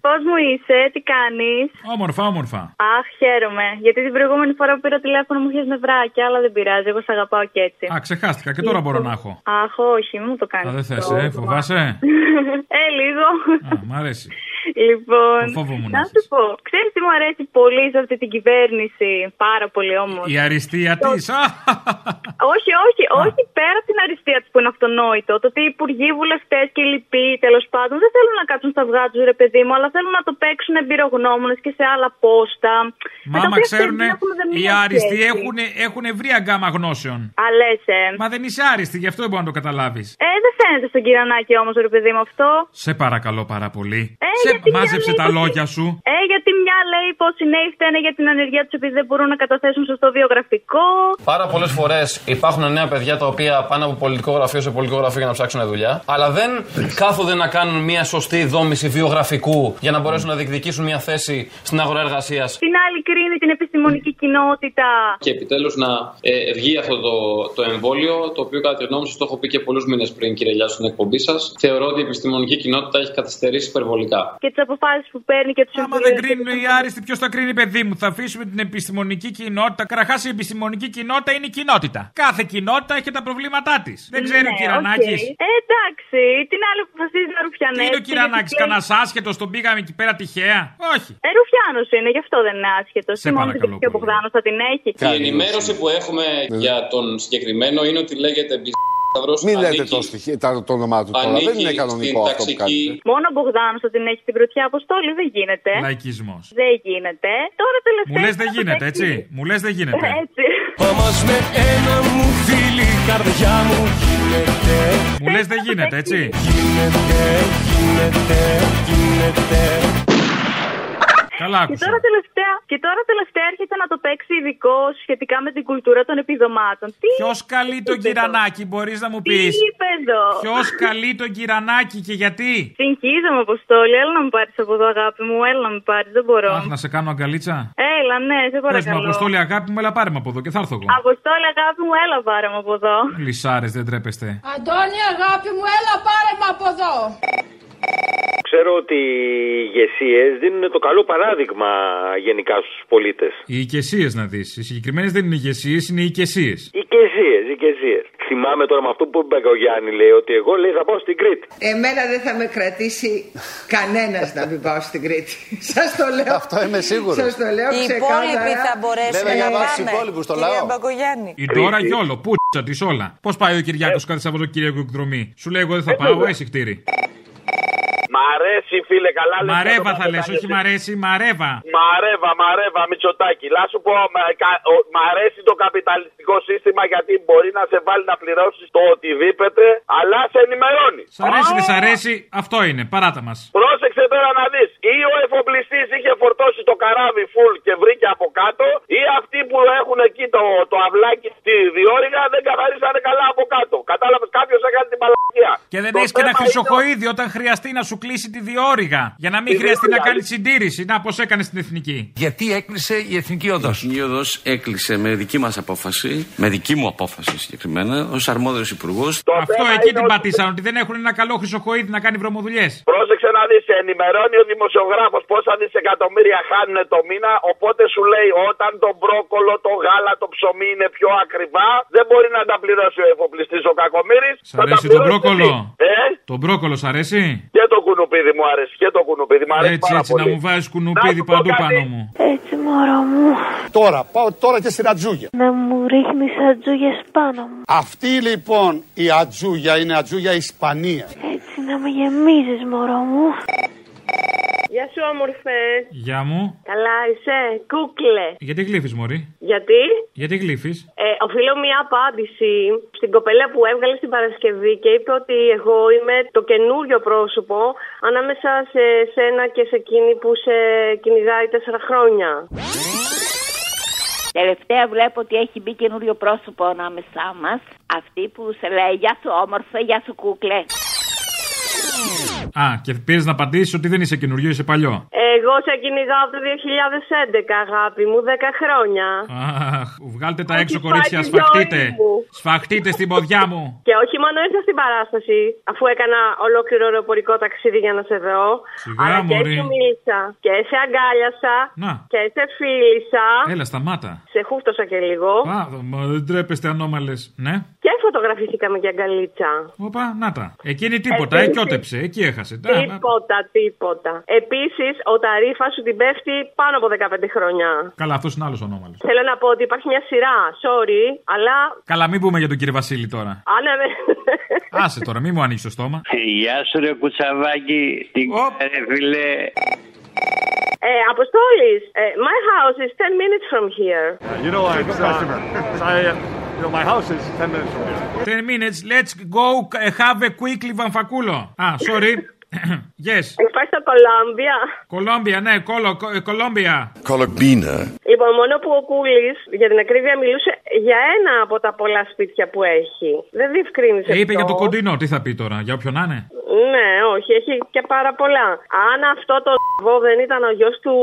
Speaker 27: Πώς μου είσαι, τι κάνεις.
Speaker 2: Όμορφα, όμορφα.
Speaker 27: Αχ, χαίρομαι. Γιατί την προηγούμενη φορά που πήρα τηλέφωνο μου είχες νευράκια, αλλά δεν πειράζει. Εγώ σε αγαπάω και έτσι.
Speaker 2: Α, ξεχάστηκα και τώρα μπορώ να έχω.
Speaker 27: Αχ, όχι, μην μου το κάνεις.
Speaker 2: Α, δεν θες, ε, φοβάσαι.
Speaker 27: ε, λίγο.
Speaker 2: Α, μ' αρέσει.
Speaker 27: λοιπόν,
Speaker 2: Το φόβο μου να
Speaker 27: να σου πω, ξέρεις τι μου αρέσει πολύ σε αυτή την κυβέρνηση. Πάρα πολύ όμως.
Speaker 2: Η αριστεία της.
Speaker 27: Όχι, όχι, όχι πέρα από την αριστεία του που είναι αυτονόητο. Το ότι οι υπουργοί, βουλευτές και λοιποί τέλος πάντων δεν θέλουν να κάτσουν στα αυγά του, ρε παιδί μου, αλλά θέλουν να το παίξουν εμπειρογνώμονες και σε άλλα πόστα. με τα
Speaker 2: Μάμα
Speaker 27: οποία
Speaker 2: ξέρουν,
Speaker 27: δεν έχουμε καμία
Speaker 2: οι
Speaker 27: σχέση.
Speaker 2: άριστοι έχουν, έχουν ευρία γκάμα γνώσεων.
Speaker 27: Α, λες, ε.
Speaker 2: Μα δεν είσαι άριστη, γι' αυτό δεν μπορώ να το καταλάβεις.
Speaker 27: Ε, δεν φαίνεται στον κυρανάκι όμως, ρε παιδί μου, αυτό.
Speaker 2: Σε παρακαλώ πάρα πολύ.
Speaker 27: Ε,
Speaker 2: Σε
Speaker 27: γιατί μια
Speaker 2: μάζεψε
Speaker 27: λέει
Speaker 2: τα
Speaker 27: ότι-
Speaker 2: λόγια σου.
Speaker 27: Ε, γιατί μια λέει πως οι νέοι φταίνε για την ανεργία τους επειδή δεν μπορούν να καταθέσουν σωστό βιογραφικό.
Speaker 15: Πάρα πολλές φορές υπάρχουν νέα παιδιά τα οποία πάνε από πολιτικό γραφείο σε πολιτικό γραφείο για να ψάξουν δουλειά, αλλά δεν κάθονται να κάνουν μια σωστή δόμηση βιογραφικού για να μπορέσουν να διεκδικήσουν μια θέση στην αγορά εργασίας.
Speaker 27: Την άλλη κρίνει την επιστημονική κοινότητα.
Speaker 28: και επιτέλους να ε, βγει αυτό το, το εμβόλιο, το οποίο κατά τη γνώμη σας το έχω πει και πολλούς μήνες πριν, κύριε Λιά, στην εκπομπή σας. Θεωρώ ότι η επιστημονική κοινότητα έχει καθυστερήσει υπερβολικά.
Speaker 27: Και τις αποφάσεις που παίρνει και τους
Speaker 2: Άμα δεν κρίνουν οι άριστοι, ποιο θα κρίνει, παιδί μου. Θα αφήσουμε την επιστημονική κοινότητα. Καταρχάς, η επιστημονική κοινότητα είναι η κοινότητα. Κάθε κοινότητα έχει τα προβλήματά της. Δεν ξέρει ο
Speaker 27: Ναι,
Speaker 2: Κυρανάκης.
Speaker 27: οκ. Ε, εντάξει, την άλλη αποφασίζει να
Speaker 2: Τι
Speaker 27: ρουφιανέσει.
Speaker 2: είναι ο Κυρανάκη,
Speaker 27: γιατί
Speaker 2: κανένας άσχετος, τον πήγαμε εκεί πέρα τυχαία. Όχι.
Speaker 27: Ε, Ρουφιάνος είναι, γι' αυτό δεν είναι άσχετος.
Speaker 2: Σε παρακαλώ
Speaker 27: Και ο Μπογδάνο θα την έχει.
Speaker 28: Η ενημέρωση που έχουμε για τον συγκεκριμένο είναι ότι λέγεται μπι- Σταυρός
Speaker 1: Μην λέτε
Speaker 28: ανήκει-
Speaker 1: το, στοιχείο, τα- το όνομά του τώρα. Δεν
Speaker 28: ανήκει
Speaker 1: είναι κανονικό
Speaker 28: στην
Speaker 1: αυτό που
Speaker 28: ταξική-
Speaker 1: κάνετε.
Speaker 27: Μόνο ο Μπογδάνο θα την έχει την πρωτιά αποστόλη. Δεν γίνεται.
Speaker 2: Λαϊκισμός.
Speaker 27: Δεν γίνεται. Τώρα
Speaker 2: Μου
Speaker 27: τελευταία.
Speaker 2: λες δεν γίνεται, έτσι. Μου λες δεν γίνεται.
Speaker 27: Έτσι.
Speaker 2: Όμω με ένα μου φίλι, καρδιά μου γίνεται. Ε, Μου λες δεν γίνεται, έτσι. Καλά
Speaker 27: Και
Speaker 2: άκουσα.
Speaker 27: τώρα, τελευταία, και τώρα τελευταία έρχεται να το παίξει ειδικό σχετικά με την κουλτούρα των επιδομάτων. Τι
Speaker 2: Ποιος καλεί τον κυρανάκι, μπορείς να μου
Speaker 27: τι
Speaker 2: πεις.
Speaker 27: είπε εδώ.
Speaker 2: Ποιος καλεί τον κυρανάκι και γιατί.
Speaker 27: Συγχύζομαι, Αποστόλη. Έλα να μου πάρεις από εδώ, αγάπη μου. Έλα να μου πάρεις. Δεν μπορώ.
Speaker 2: Αχ, να σε κάνω αγκαλίτσα.
Speaker 27: Έλα, ναι, σε
Speaker 2: Πες μου,
Speaker 27: παρακαλώ.
Speaker 2: Αποστόλη, αγάπη μου, έλα πάρε με από εδώ και θα έρθω εγώ.
Speaker 27: Αποστόλη, αγάπη μου, έλα πάρε με από εδώ.
Speaker 2: Λυσάρες, δεν τρέπεστε.
Speaker 27: Αντώνη, αγάπη μου, έλα πάρε με από εδώ.
Speaker 3: Ξέρω ότι οι ηγεσίες δίνουν το καλό παράδειγμα γενικά στους πολίτες.
Speaker 2: Οι ηγεσίε να δεις. Οι συγκεκριμένες δεν είναι ηγεσίε, είναι ηγεσίε.
Speaker 3: Ηγεσίε, ηγεσίε. Θυμάμαι τώρα με αυτό που είπε ο Γιάννη, λέει ότι εγώ λέει θα πάω στην Κρήτη.
Speaker 4: Εμένα δεν θα με κρατήσει κανένας να μην πάω στην Κρήτη. Σας το λέω. Αυτό
Speaker 7: είμαι σίγουρος.
Speaker 4: Σας το λέω
Speaker 10: Οι
Speaker 4: ξεκάθαρα.
Speaker 10: υπόλοιποι θα μπορέσουν
Speaker 4: Βέβαια,
Speaker 10: να
Speaker 4: για
Speaker 10: πάνε.
Speaker 4: μας τους υπόλοιπους, το λαό.
Speaker 10: Μπακογιάννη.
Speaker 2: Η τώρα γιόλο, πούτσα της όλα. Πώς πάει ο Κυριάκος
Speaker 20: Ε.
Speaker 2: κάθε Σαββατοκύριακο εκδρομή. Σου λέει εγώ δεν θα πάω,
Speaker 4: βέβαια.
Speaker 2: εσύ χτύρι.
Speaker 20: Μ' αρέσει, φίλε, καλά ε, λες.
Speaker 2: Μαρέβα
Speaker 20: το
Speaker 2: θα λες,
Speaker 20: Μητσοτάκη.
Speaker 2: όχι μ' αρέσει, μαρέβα.
Speaker 20: Μαρέβα, μαρέβα, Μητσοτάκη. Να σου πω, μα- κα- ο- μ' αρέσει το καπιταλιστικό σύστημα γιατί μπορεί να σε βάλει να πληρώσεις το οτιδήποτε, αλλά σε ενημερώνει.
Speaker 2: Σ' αρέσει, δεν σ'
Speaker 20: Α,
Speaker 2: αρέσει, αυτό είναι, παράτα μας.
Speaker 20: Πρόσεξε τώρα να δεις. Ή ο εφοπλιστής είχε φορτώσει το καράβι φουλ και βρήκε από κάτω, ή αυτοί που έχουν εκεί το, το αυλάκι στη διόρυγα δεν καθαρίσανε καλά από κάτω. Κατάλαβες, κάποιος έκανε την παλακία.
Speaker 2: Και δεν έχει και ένα χρυσοχοίδι όταν χρειαστεί να σου κλείσει τη διόρυγα. Για να μην
Speaker 20: Τη
Speaker 2: χρειαστεί να
Speaker 20: διόρυγα,
Speaker 2: κάνεις συντήρηση. Να, πώς έκανες στην εθνική.
Speaker 12: Γιατί έκλεισε η Εθνική Οδός. Η Εθνική Οδός έκλεισε με δική μας απόφαση, με δική μου απόφαση συγκεκριμένα, ως αρμόδιος υπουργός.
Speaker 2: Αυτό εκεί την πατήσαν, ότι δεν έχουν ένα καλό χρυσοχοίδι να κάνει βρωμοδουλειές.
Speaker 20: Πρόσεξε να δεις, ενημερώνει ο δημοσιογράφος πόσα δισεκατομμύρια χάνουν το μήνα. Οπότε σου λέει όταν το μπρόκολο, το γάλα, το ψωμί είναι πιο ακριβά, δεν μπορεί να τα πληρώσει ο εφοπλιστής ο Κακομήρης.
Speaker 2: Σ' αρέσει το μπρόκολο.
Speaker 20: Ε,
Speaker 2: Το μπρόκολο σ' αρέσει.
Speaker 20: και το κουνουπίδι μου αρέσει, και το κουνουπίδι μου αρέσει
Speaker 2: Έτσι,
Speaker 20: πάρα
Speaker 2: έτσι,
Speaker 20: πολύ.
Speaker 2: να μου βάζεις κουνουπίδι
Speaker 20: Να σου πω
Speaker 2: παντού
Speaker 20: κάτι.
Speaker 2: πάνω μου.
Speaker 29: ναι. Έτσι, μωρό μου.
Speaker 7: Τώρα, πάω τώρα και στην ατζούγια.
Speaker 29: Να μου ρίχνεις ατζούγες πάνω μου.
Speaker 7: Αυτή λοιπόν η ατζούγια είναι ατζούγια Ισπανίας.
Speaker 29: Έτσι, να με γεμίζεις, μωρό μου.
Speaker 16: Γεια σου, όμορφε.
Speaker 2: Γεια μου.
Speaker 16: Καλά είσαι, κούκλε.
Speaker 2: Γιατί γλύφεις, Μωρή.
Speaker 16: Γιατί
Speaker 2: Γιατί γλύφεις.
Speaker 16: ε, οφείλω μια απάντηση στην κοπέλα που έβγαλε στην Παρασκευή και είπε ότι εγώ είμαι το καινούριο πρόσωπο ανάμεσα σε σένα και σε εκείνη που σε κυνηγάει τέσσερα χρόνια.
Speaker 30: Τελευταία βλέπω ότι έχει μπει καινούριο πρόσωπο ανάμεσά μας. Αυτή που σε λέει Γεια σου, όμορφε, γεια σου, κούκλε.
Speaker 2: Α, και πήρες να απαντήσεις ότι δεν είσαι καινούριο, είσαι παλιό.
Speaker 16: Ε, Εγώ σε κυνηγάω από το 2011, αγάπη μου, 10 χρόνια.
Speaker 2: Αχ, βγάλτε τα
Speaker 16: Έχει
Speaker 2: έξω,
Speaker 16: πάει
Speaker 2: κορίτσια,
Speaker 16: τη
Speaker 2: σφαχτείτε.
Speaker 16: ζωή μου.
Speaker 2: Σφαχτείτε στην ποδιά μου.
Speaker 16: Και όχι μόνο ήρθα στην παράσταση, αφού έκανα ολόκληρο αεροπορικό ταξίδι για να σε δω.
Speaker 2: Σιγά,
Speaker 16: αλλά και
Speaker 2: μωρή.
Speaker 16: σου μίλησα. Και σε αγκάλιασα.
Speaker 2: Να.
Speaker 16: Και σε φίλησα.
Speaker 2: Έλα, σταμάτα.
Speaker 16: Σε χούφτωσα και λίγο.
Speaker 2: Α, μα δεν τρέπεστε ανώμαλες. Ναι.
Speaker 16: Και φωτογραφηθήκαμε για αγκαλίτσα.
Speaker 2: Όπα, να τα. Εκείνη τίποτα,
Speaker 16: Επίσης.
Speaker 2: εκιώτεψε, εκεί έχασες. Τα, να-
Speaker 16: Τίποτα, τίποτα. Επίσης, ο Ταρίφα σου την πέφτει πάνω από 15 χρόνια.
Speaker 2: Καλά, αυτός είναι άλλος ονόμαλος.
Speaker 16: Θέλω να πω ότι υπάρχει μια σειρά, sorry, αλλά.
Speaker 2: Καλά, μην πούμε για τον κύριο Βασίλη τώρα.
Speaker 16: Αν
Speaker 2: Άσε τώρα, μην μου ανοίξεις το στόμα.
Speaker 31: Γεια σου ρε κουτσαβάκι, τι ρε φίλε.
Speaker 16: ε, Αποστόλης, ε, my house is 10 minutes from here.
Speaker 32: You know, I'm, uh, I, uh, you know, my house is 10 minutes from here.
Speaker 2: 10 minutes, let's go ε, have a quickly βαμφακούλο. Α, sorry. yes.
Speaker 16: Υπάρχει στο Κολάμπια.
Speaker 2: Κολόμπια, ναι, κόλο, Κολόμπια.
Speaker 9: Colombina.
Speaker 16: Λοιπόν, μόνο που ο Κούλης, για την ακρίβεια, μιλούσε για ένα από τα πολλά σπίτια που έχει. Δεν διευκρίνησε.
Speaker 2: Ε, είπε
Speaker 16: ποιο.
Speaker 2: για το κοντινό, τι θα πει τώρα, για όποιον να είναι.
Speaker 16: Ναι, όχι, έχει και πάρα πολλά. Αν αυτό το βό δεν ήταν ο γιος του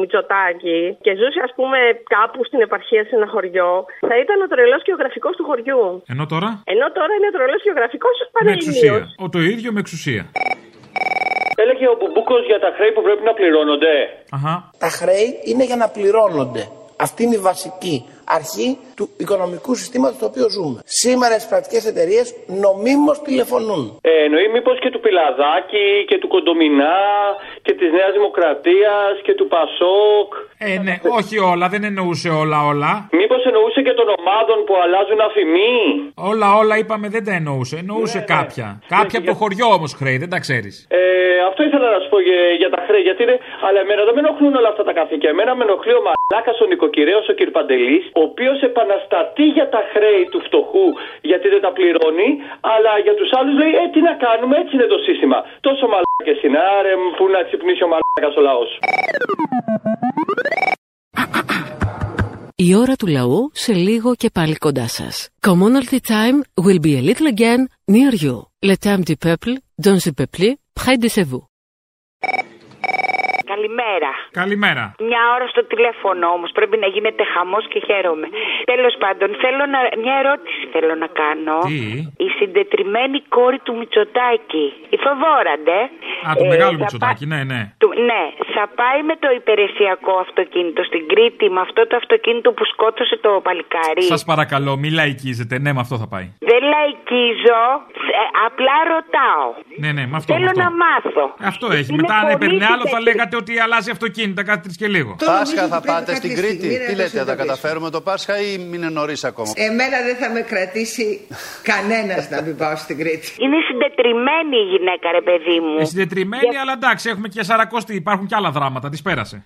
Speaker 16: Μητσοτάκη και ζούσε, ας πούμε, κάπου στην επαρχία σε ένα χωριό, θα ήταν ο τρελός γεωγραφικός του χωριού.
Speaker 2: Ενώ τώρα.
Speaker 16: Ενώ τώρα είναι ο τρελός γεωγραφικός
Speaker 2: Με
Speaker 16: πανελληνίος.
Speaker 2: εξουσία. Ο, το ίδιο με εξουσία.
Speaker 33: Έλεγε ο Μπουμπούκος για τα χρέη που πρέπει να πληρώνονται.
Speaker 2: Αχα.
Speaker 34: Τα χρέη είναι για να πληρώνονται. Αυτή είναι η βασική αρχή του οικονομικού συστήματος στο οποίο ζούμε. Σήμερα οι πρακτικές εταιρείες νομίμως τηλεφωνούν.
Speaker 33: Ε, εννοεί μήπως και του Πιλαδάκη και του Κοντομινά και της Νέας Δημοκρατίας και του Πασόκ.
Speaker 2: Ε, ναι, όχι όλα, δεν εννοούσε όλα όλα.
Speaker 33: Μήπως εννοούσε μεταξύ και των ομάδων που αλλάζουν αφημί. Ναι,
Speaker 2: Όλα, όλα είπαμε δεν τα εννοούσε. Εννοούσε κάποια. Κάποια από το χωριό όμως χρέη, δεν τα ξέρεις.
Speaker 33: Ε, αυτό ήθελα να σου πω για, για τα χρέη, γιατί είναι. Αλλά εμένα δεν με ενοχλούν όλα αυτά τα καθήκια. Εμένα με ενοχλεί ο μαλάκας ο νοικοκυρέο ο Κυρπαντελή, ο οποίος επαναστατεί για τα χρέη του φτωχού γιατί δεν τα πληρώνει, αλλά για τους άλλους λέει: Ε, τι να κάνουμε, έτσι είναι το σύστημα. Τόσο μαλάκες είναι. Άρε, πού να ξυπνήσει ο μαλάκας ο λαός.
Speaker 5: Η ώρα του λαού σε λίγο και πάλι κοντά σας. Commonalty time will be a little again near you. Le temps du peuple, dans le peuple, près de chez vous.
Speaker 23: Καλημέρα.
Speaker 2: Καλημέρα.
Speaker 23: Μια ώρα στο τηλέφωνο όμως. Πρέπει να γίνεται χαμός και χαίρομαι. Τέλος πάντων, θέλω να... μια ερώτηση θέλω να κάνω.
Speaker 2: Τι?
Speaker 23: Η συντετριμένη κόρη του Μητσοτάκη, η Θοδόραντε.
Speaker 2: Α,
Speaker 33: Ε,
Speaker 2: του μεγάλου
Speaker 23: θα
Speaker 2: Μητσοτάκη, ναι, ναι.
Speaker 23: Του, ναι, θα πάει με το υπηρεσιακό αυτοκίνητο στην Κρήτη, με αυτό το αυτοκίνητο που σκότωσε το παλικάρι.
Speaker 2: Σας παρακαλώ, μη λαϊκίζετε. Ναι, με αυτό θα πάει.
Speaker 23: Δεν λαϊκίζω, ε, απλά ρωτάω.
Speaker 2: Ναι, ναι, με αυτό. με
Speaker 23: θέλω
Speaker 2: αυτό.
Speaker 23: να μάθω.
Speaker 2: Αυτό έχει.
Speaker 23: Είναι
Speaker 2: Μετά, αν
Speaker 23: πολύ
Speaker 2: έπαιρνε άλλο, θα
Speaker 23: συντετρι-
Speaker 2: λέγατε ότι αλλάζει αυτοκίνητα κάθε τρεις και λίγο.
Speaker 7: Πάσχα θα πάτε στην
Speaker 4: κάποια
Speaker 7: Κρήτη.
Speaker 4: στιγμή να
Speaker 7: Τι
Speaker 4: το
Speaker 7: λέτε, θα τα
Speaker 4: συνειδητοποιήσουμε.
Speaker 7: καταφέρουμε το Πάσχα ή μην είναι νωρίς ακόμα.
Speaker 4: Εμένα δεν θα με κρατήσει κανένας να μην πάω στην Κρήτη.
Speaker 23: Είναι συντετριμένη η γυναίκα, ρε παιδί
Speaker 33: Ναι.
Speaker 23: μου.
Speaker 2: Ε, συντετριμένη, αλλά εντάξει, έχουμε και σαρακόστη. Υπάρχουν και άλλα δράματα. Τη πέρασε.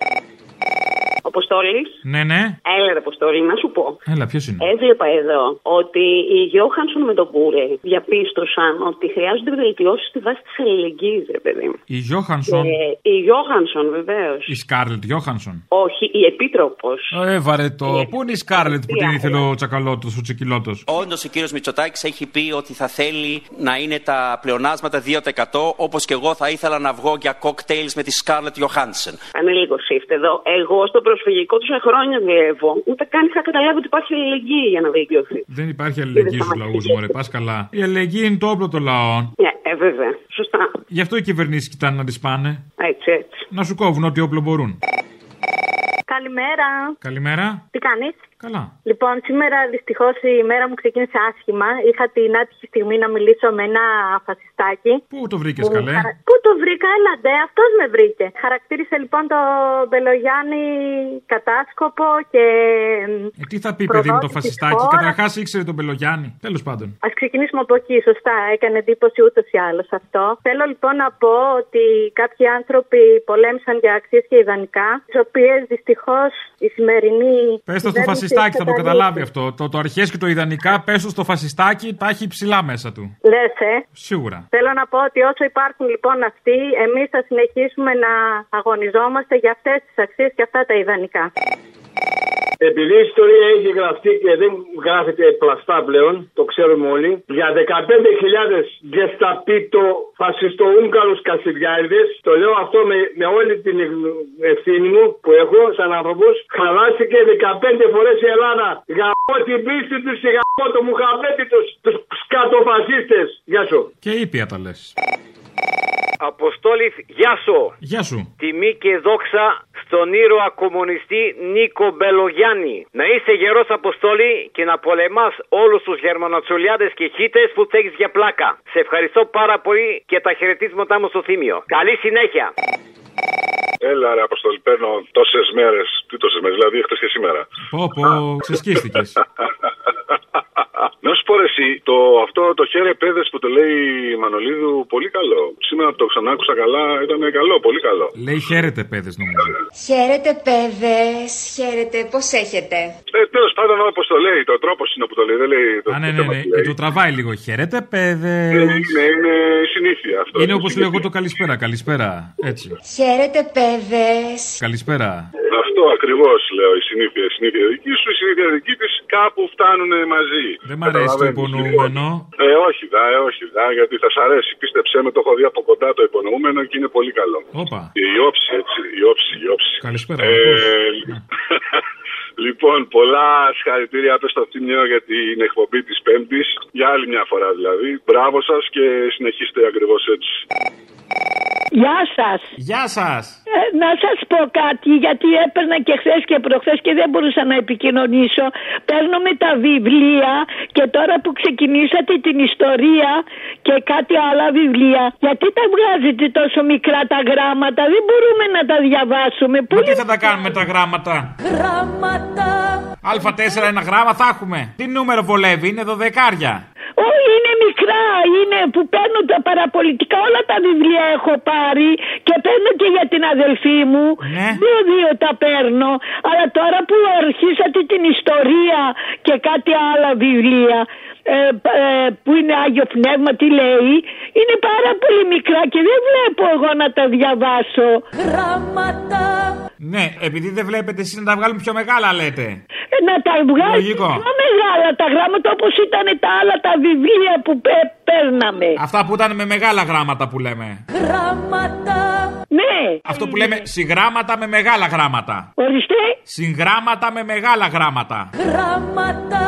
Speaker 8: Αποστόλη.
Speaker 2: Ναι, ναι.
Speaker 8: Έλα, ρε, Αποστόλη, να σου πω.
Speaker 2: Έλα, ποιος είναι.
Speaker 8: Έβλεπα εδώ ότι οι Γιώχανσον με τον Μπούρε διαπίστωσαν ότι χρειάζονται βελτιώσεις στη βάση της αλληλεγγύης, ρε παιδί μου.
Speaker 2: Η Γιώχανσον.
Speaker 33: Ναι.
Speaker 8: Ε, η Γιώχανσον, βεβαίως.
Speaker 2: Η Σκάρλετ Γιώχανσον.
Speaker 8: Όχι, η Επίτροπος.
Speaker 2: Ε, βαρετό. Πού είναι η Σκάρλετ που την
Speaker 8: ευθεία,
Speaker 2: ήθελε ο τσακαλώτος, ο τσικυλώτο.
Speaker 35: Όντως, ο κύριος Μητσοτάκης έχει πει ότι θα θέλει να είναι τα πλεονάσματα 2%, όπως και εγώ θα ήθελα να βγω για κοκτέιλ με τη Σκάρλετ Johansson.
Speaker 8: Ανελίγω shift εδώ. Εγώ στο προσφυγικό τόσα χρόνια δουλεύω. Ούτε καν είχα καταλάβει ότι υπάρχει αλληλεγγύη για να βελτιωθεί.
Speaker 2: Δεν υπάρχει αλληλεγγύη στους λαούς, Μωρέ. Πας καλά. Η αλληλεγγύη είναι το όπλο των λαών.
Speaker 8: Ναι, ε, βέβαια. Σωστά.
Speaker 2: Γι' αυτό οι κυβερνήσεις κοιτάνε να τις πάνε.
Speaker 8: Έτσι, έτσι.
Speaker 2: Να σου κόβουν ό,τι όπλο μπορούν.
Speaker 29: Καλημέρα.
Speaker 2: Καλημέρα.
Speaker 29: Τι κάνεις.
Speaker 2: Καλά.
Speaker 29: Λοιπόν, σήμερα δυστυχώς η μέρα μου ξεκίνησε άσχημα. Είχα την άτυχη στιγμή να μιλήσω με ένα φασιστάκι.
Speaker 2: Πού το βρήκες, καλέ.
Speaker 29: χαρα- Πού το βρήκα, έλαντε, αυτός με βρήκε. Χαρακτήρισε λοιπόν το Μπελογιάννη κατάσκοπο και.
Speaker 2: Ε, τι θα πει, παιδί μου, το
Speaker 29: προδότη της
Speaker 2: φασιστάκι.
Speaker 29: χώρας.
Speaker 2: Καταρχάς ήξερε τον Πελογιάννη. Τέλος πάντων.
Speaker 29: Ας ξεκινήσουμε από εκεί, σωστά. Έκανε εντύπωση ούτως ή άλλως αυτό. Θέλω λοιπόν να πω ότι κάποιοι άνθρωποι πολέμησαν για αξίες και ιδανικά, τις οποίες δυστυχώς η σημερινή.
Speaker 2: Πες το στο
Speaker 29: κυβέρνηση
Speaker 2: φασιστάκι, θα το
Speaker 29: καταλήγει.
Speaker 2: καταλάβει αυτό. Το, το αρχές και το ιδανικά, πες το στο φασιστάκι, τα έχει ψηλά μέσα του.
Speaker 29: Λες, ε.
Speaker 2: Σίγουρα.
Speaker 29: Θέλω να πω ότι όσο υπάρχουν λοιπόν αυτοί, εμείς θα συνεχίσουμε να αγωνιζόμαστε για αυτές τις αξίες και αυτά τα ιδανικά.
Speaker 20: Επειδή η ιστορία έχει γραφτεί και δεν γράφεται πλαστά πλέον, το ξέρουμε όλοι, για 15.000 γεσταπίτο φασιστοούγγαρους κασιδιάριδες, το λέω αυτό με, με όλη την ευθύνη μου που έχω σαν άνθρωπος, χαλάστηκε 15 φορές η Ελλάδα. Γαμώ την πίστη τους και γαμώ το μουχαμπέτι τους, τους σκατοφασίστες. Γεια σου.
Speaker 2: Και ήπια τα λες.
Speaker 14: Αποστόλη, γεια σου.
Speaker 2: Γεια σου.
Speaker 14: Τιμή και δόξα στον ήρωα κομμουνιστή Νίκο Μπελογιάννη. Να είσαι γερός Αποστόλη και να πολεμάς όλους τους γερμανοτσουλιάδες και χίτες που έχεις για πλάκα. Σε ευχαριστώ πάρα πολύ και τα χαιρετίσματά μου στο θύμιο. Καλή συνέχεια.
Speaker 36: Έλα, ρε Αποστολή, παίρνω τόσες μέρες. Τι τόσες μέρες, δηλαδή χτε και σήμερα.
Speaker 2: Πω, πω, ξεσκίστηκες.
Speaker 36: Να σου πω ρε, εσύ, το, αυτό το χέρι επέδες που το λέει Μανολίδου, πολύ καλό. Σήμερα που το ξανά άκουσα καλά, ήταν καλό, πολύ καλό.
Speaker 2: Λέει χαίρετε, παιδες νομίζω.
Speaker 37: Χαίρετε, παιδες. Χαίρετε, πώς έχετε.
Speaker 36: Ε, Τέλος πάντων, όπως το λέει, το τρόπος είναι που το λέει, δεν λέει το.
Speaker 2: Α, ναι, ναι, ναι. Ε, Το τραβάει λίγο. Χαίρετε, παιδες.
Speaker 36: Ε, Είναι, είναι συνήθεια αυτό.
Speaker 2: Είναι όπως λέω εγώ το καλησπέρα, καλησπέρα. Έτσι.
Speaker 37: Χαίρετε, παιδες.
Speaker 2: Καλησπέρα.
Speaker 36: Αυτό ακριβώς λέω, η συνήθεια. Η συνήθεια δική σου, η συνήθεια δική της, κάπου φτάνουν μαζί.
Speaker 2: Δεν μ' αρέσει το
Speaker 36: Καταλαβαίνεις,
Speaker 2: υπονοούμενο.
Speaker 36: Ε, όχι, δα, ε, όχι, δα, γιατί θα σ' αρέσει. Πίστεψέ με, το έχω δει από κοντά το υπονοούμενο και είναι πολύ καλό.
Speaker 2: Όπα.
Speaker 36: Η όψη, έτσι, η όψη, η όψη.
Speaker 2: Καλησπέρα.
Speaker 36: Ε, λοιπόν, πολλά συγχαρητήρια πες στο Θήμιο για την εκπομπή της Πέμπτης, για άλλη μια φορά δηλαδή. Μπράβο σας και συνεχίστε ακριβώς έτσι.
Speaker 14: Γεια σας.
Speaker 2: Γεια σας.
Speaker 14: Ε, να σας πω κάτι, γιατί έπαιρνα και χθες και προχθές και δεν μπορούσα να επικοινωνήσω. Παίρνω με τα βιβλία και τώρα που ξεκινήσατε την ιστορία και κάτι άλλα βιβλία, γιατί τα βγάζετε τόσο μικρά τα γράμματα, δεν μπορούμε να τα διαβάσουμε.
Speaker 2: Μα τι θα τα κάνουμε τα γράμματα.
Speaker 14: Γράμματα
Speaker 2: Α4 ένα γράμμα θα έχουμε. Τι νούμερο βολεύει, είναι δωδεκάρια.
Speaker 14: Όχι, είναι μικρά. Είναι που παίρνω τα παραπολιτικά. Όλα τα βιβλία έχω πάρει και παίρνω και για την αδελφή μου. Δύο-δύο τα παίρνω. Αλλά τώρα που αρχίσατε την ιστορία και κάτι άλλα βιβλία ε, π- ε, που είναι Άγιο Πνεύμα, τι λέει, είναι πάρα πολύ μικρά και δεν βλέπω εγώ να τα διαβάσω. Γράμματα.
Speaker 2: Ναι, επειδή δεν βλέπετε εσείς να τα βγάλουμε πιο μεγάλα, λέτε.
Speaker 14: Ε, Να τα βγάλει
Speaker 2: Λογικό.
Speaker 14: πιο μεγάλα τα γράμματα όπως ήταν τα άλλα τα βιβλία που πέ- παίρναμε.
Speaker 2: Αυτά που ήταν με μεγάλα γράμματα που λέμε.
Speaker 14: Γράμματα. Ναι.
Speaker 2: Αυτό που λέμε συγγράμματα με μεγάλα γράμματα.
Speaker 14: Ορίστε.
Speaker 2: Συγγράμματα με μεγάλα γράμματα.
Speaker 14: Γράμματα.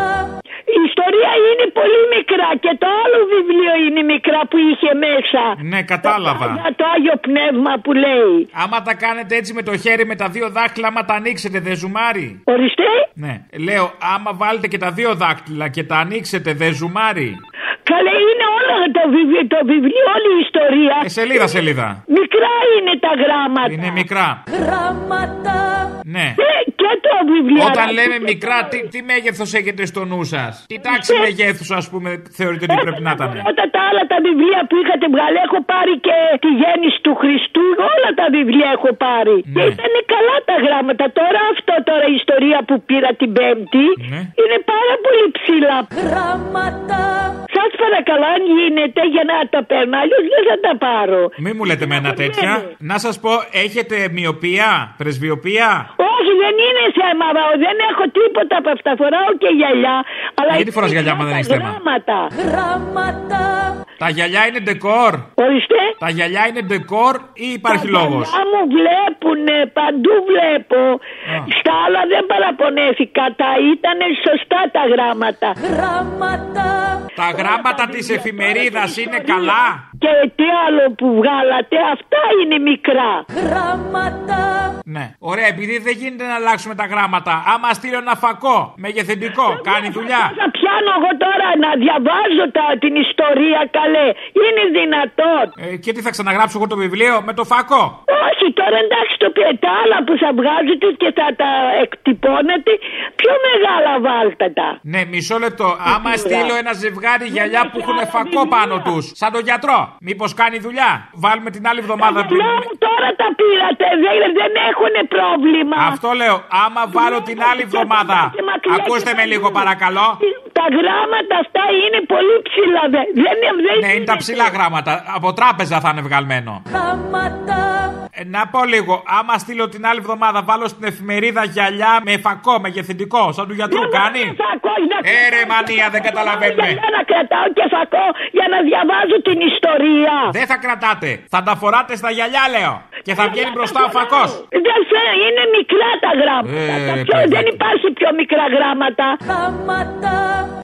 Speaker 14: Η ιστορία είναι πολύ μικρά και το άλλο βιβλίο είναι μικρά που είχε μέσα.
Speaker 2: Ναι, κατάλαβα.
Speaker 14: Το Άγιο Πνεύμα που λέει.
Speaker 2: Άμα τα κάνετε έτσι με το χέρι με τα δύο δάχτυλα, άμα τα ανοίξετε, δε ζουμάρι.
Speaker 14: Ορίστε.
Speaker 2: Ναι. Λέω, άμα βάλετε και τα δύο δάχτυλα και τα ανοίξετε, δε ζουμάρι.
Speaker 14: Καλέ είναι όλα το βιβλίο, το βιβλίο όλη η ιστορία.
Speaker 2: Ε, σελίδα, σελίδα.
Speaker 14: Μικρά είναι τα γράμματα.
Speaker 2: Είναι μικρά.
Speaker 14: Γράμματα.
Speaker 2: Ναι.
Speaker 14: Και, και το βιβλίο.
Speaker 2: Όταν λέμε μικρά, τι, τι μέγεθος έχετε στο νου σας. Τι τάξη
Speaker 14: Ναι.
Speaker 2: μεγέθου, ας πούμε, θεωρείτε ότι πρέπει να ήταν.
Speaker 14: Όταν τα άλλα τα βιβλία που είχατε βγάλει, έχω πάρει και τη γέννηση του Χριστού. Όλα τα βιβλία έχω πάρει. Και ήταν καλά τα γράμματα. Τώρα αυτό τώρα η ιστορία που πήρα την Πέμπτη είναι πάρα πολύ ψηλά. Γράμματα. Σας παρακαλώ, αν γίνεται για να τα παίρνω, αλλιώς δεν θα τα πάρω.
Speaker 2: Μη μου λέτε
Speaker 14: Ναι,
Speaker 2: μένα τέτοια. Να σας πω, έχετε μοιοπία, πρεσβειοπία.
Speaker 14: Όχι, δεν είναι θέμα, βα- δεν έχω τίποτα από αυτά. Φοράω και γυαλιά. Αλλά
Speaker 2: Γιατί φοράς γυαλιά, άμα δεν
Speaker 14: τα
Speaker 2: έχεις θέμα?
Speaker 14: Γράμματα. Γράμματα.
Speaker 2: Τα γυαλιά είναι ντεκόρ.
Speaker 14: Ορίστε.
Speaker 2: Τα γυαλιά είναι ντεκόρ ή υπάρχει λόγο.
Speaker 14: Τα μου βλέπουνε, παντού βλέπω. Στα άλλα δεν παραπονέθηκα. Τα ήταν σωστά τα γράμματα. Γράμματα.
Speaker 2: Τα γράμματα της εφημερίδας είναι καλά.
Speaker 14: Και τι άλλο που βγάλατε, αυτά είναι μικρά. Γράμματα.
Speaker 2: Ναι. Ωραία, επειδή δεν γίνεται να αλλάξουμε τα γράμματα. Άμα στείλω ένα φακό μεγεθυντικό, κάνει δουλειά.
Speaker 14: Θα πιάνω εγώ τώρα να διαβάζω τα, την ιστορία καλέ. Είναι δυνατόν.
Speaker 2: Ε, και τι θα ξαναγράψω εγώ το βιβλίο με το φακό.
Speaker 14: Όχι, τώρα εντάξει το πια τα άλλα που θα βγάζετε και θα τα εκτυπώνετε, πιο μεγάλα βάλτε τα.
Speaker 2: Ναι, μισό λεπτό. Άμα
Speaker 14: δουλειά. Ναι,
Speaker 2: στείλω ένα ζευγάρι γυαλιά που έχουν φακό πάνω τους, σαν τον γιατρό, μήπως κάνει δουλειά. Βάλουμε την άλλη εβδομάδα πριν.
Speaker 14: Τώρα τα πήρατε, δεν, δεν έχουν πρόβλημα.
Speaker 2: Αυτό λέω. Άμα βάλω την άλλη εβδομάδα. Ακούστε με λίγο παρακαλώ.
Speaker 14: Τα γράμματα αυτά είναι πολύ ψηλά. δε- Δεν, δεν
Speaker 2: Ναι, είναι τα ψηλά γράμματα. Από τράπεζα θα είναι βγαλμένο.
Speaker 14: Γράμματα.
Speaker 2: Ε, να πω λίγο. Άμα στείλω την άλλη εβδομάδα, βάλω στην εφημερίδα γυαλιά με φακό, μεγεθυντικό, σαν του
Speaker 14: Ναι,
Speaker 2: γιατρού κάνει. Έρε μανία, δεν καταλαβαίνουμε.
Speaker 14: Για να κρατάω και φακό για να διαβάζω την ιστορία.
Speaker 2: Δεν θα κρατάτε. Θα τα φοράτε στα γυαλιά, λέω. Και θα βγαίνει μπροστά ο φακός.
Speaker 14: Δεν φέρε, είναι μικρά τα γράμματα.
Speaker 2: Ε,
Speaker 14: Τα
Speaker 2: ρε,
Speaker 14: πιο-
Speaker 2: παιδάκι.
Speaker 14: δεν υπάρχει πιο μικρά γράμματα. Γράμματα.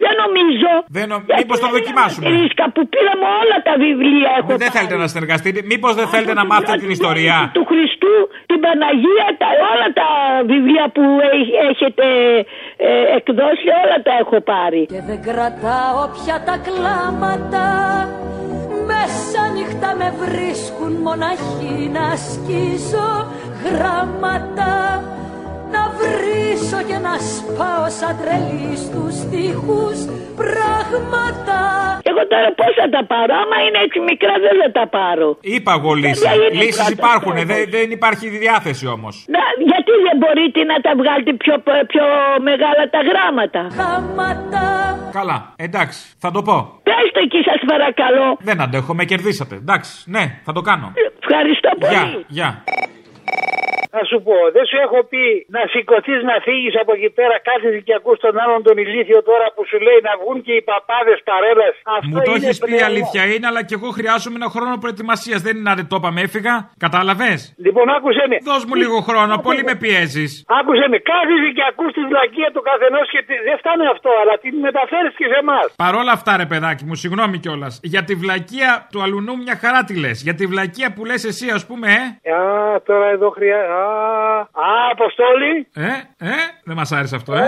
Speaker 14: Δεν νομίζω.
Speaker 2: Δεν νο... Μήπως το δοκιμάσουμε. Ε,
Speaker 14: Ρίσκα που πήραμε όλα τα βιβλία έχω.
Speaker 2: Δεν θέλετε να συνεργαστείτε. Μήπως δεν θέλετε να μάθετε την ιστορία.
Speaker 14: Του Χριστού, την Παναγία, τα, όλα τα βιβλία που έχ- έχετε ε, εκδώσει, όλα τα έχω πάρει.
Speaker 1: Και δεν κρατάω πια τα κλάματα Μέσα νύχτα με βρίσκουν μοναχοί να σκίζω γράμματα Να βρίσω και να σπάω σαν τρελής στους τοίχους πράγματα
Speaker 14: Εγώ τώρα πώ θα τα πάρω, άμα είναι έτσι μικρά δεν θα τα πάρω. Ε,
Speaker 2: Είπα εγώ λύσει.
Speaker 14: Δεν είναι
Speaker 2: Λύσεις
Speaker 14: κράτος,
Speaker 2: υπάρχουν. Ε,
Speaker 14: κράτος.
Speaker 2: Δεν, δεν υπάρχει διάθεση όμως.
Speaker 14: Να, γιατί δεν μπορείτε να τα βγάλετε πιο, πιο μεγάλα τα γράμματα. Γράμματα.
Speaker 2: Καλά. Εντάξει. Θα το πω.
Speaker 14: Πες το εκεί σας παρακαλώ.
Speaker 2: Δεν αντέχω. Με κερδίσατε. Εντάξει. Ναι. Θα το κάνω.
Speaker 14: Ευχαριστώ πολύ.
Speaker 2: Γεια. Γεια.
Speaker 3: Να σου πω, δεν σου έχω πει να σηκωθείς να φύγεις από εκεί πέρα, κάθεσαι και ακούς τον άλλον τον ηλίθιο τώρα που σου λέει να βγουν και οι παπάδες παρέλας. Αυτό
Speaker 2: Μου
Speaker 11: Ε,
Speaker 2: το
Speaker 3: είναι
Speaker 2: έχεις πει η
Speaker 3: πνεύμα.
Speaker 2: αλήθεια είναι, αλλά και εγώ χρειάζομαι ένα χρόνο προετοιμασίας. Δεν είναι άντε το είπαμε, έφυγα. Κατάλαβες.
Speaker 3: Λοιπόν, άκουσε με.
Speaker 2: Δώσ' μου λίγο χρόνο, πολύ με πιέζεις.
Speaker 3: Άκουσε με, κάθεσαι και ακούς τη βλακεία του καθενός και τη- δεν φτάνει αυτό, αλλά την μεταφέρεις και σε εμάς.
Speaker 2: Παρ' όλα αυτά, ρε παιδάκι μου, συγγνώμη κιόλας. Για τη βλακεία του αλουνού μια χαρά τη λες. Για τη βλακεία που λες εσύ, ας πούμε, ε.
Speaker 3: Α, τώρα εδώ χρειάζεται. Α, α, Αποστόλη.
Speaker 2: Ε, ε, δεν μας άρεσε αυτό, ε.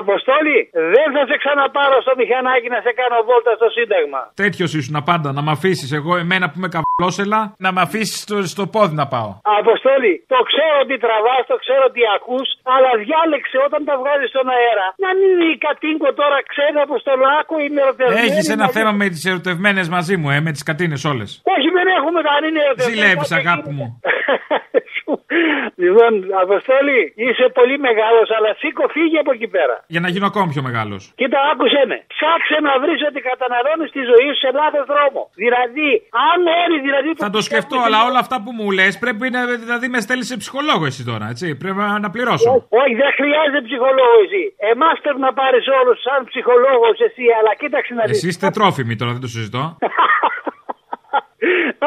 Speaker 11: Αποστόλη, δεν θα σε ξαναπάρω στο μηχανάκι να σε κάνω βόλτα στο Σύνταγμα.
Speaker 2: Τέτοιος ήσουν πάντα, να με αφήσεις εγώ, εμένα που με καβλώσελα, να με αφήσεις στο, στο πόδι να πάω.
Speaker 11: Αποστόλη, το ξέρω ότι τραβάς, το ξέρω ότι ακούς, αλλά διάλεξε όταν τα βγάζεις στον αέρα. Να μην η κατοίκο τώρα ξέρει από στον λάκκο η μεροτερμένη.
Speaker 2: Έχεις ένα
Speaker 11: Ε, να-
Speaker 2: θέμα με τις ερωτευμένες μαζί μου, ε, με τις κατίνες όλες.
Speaker 11: Όχι, Ε, δεν έχουμε κανένα ερωτευμένη.
Speaker 2: Ζηλεύει, αγάπη μου.
Speaker 11: Λοιπόν, Αποστόλη, είσαι πολύ μεγάλος, αλλά σήκω, φύγε από εκεί πέρα.
Speaker 2: Για να γίνω ακόμη πιο μεγάλος.
Speaker 11: Κοίτα, άκουσε με. Ψάξε να βρεις ότι καταναλώνεις τη ζωή σου σε λάθος δρόμο. Δηλαδή, αν έρει, δηλαδή.
Speaker 2: Θα το σκεφτώ, αλλά όλα αυτά που μου λες πρέπει να. Δηλαδή, με στέλνεις σε ψυχολόγο εσύ τώρα, έτσι. Πρέπει να να πληρώσω.
Speaker 11: Όχι, δεν χρειάζεται ψυχολόγο εσύ. Εμάς πρέπει να πάρεις όλους σαν ψυχολόγος εσύ, αλλά κοίταξε να δεις.
Speaker 2: Εσεί είστε τρόφιμοι τώρα, δεν το συζητώ.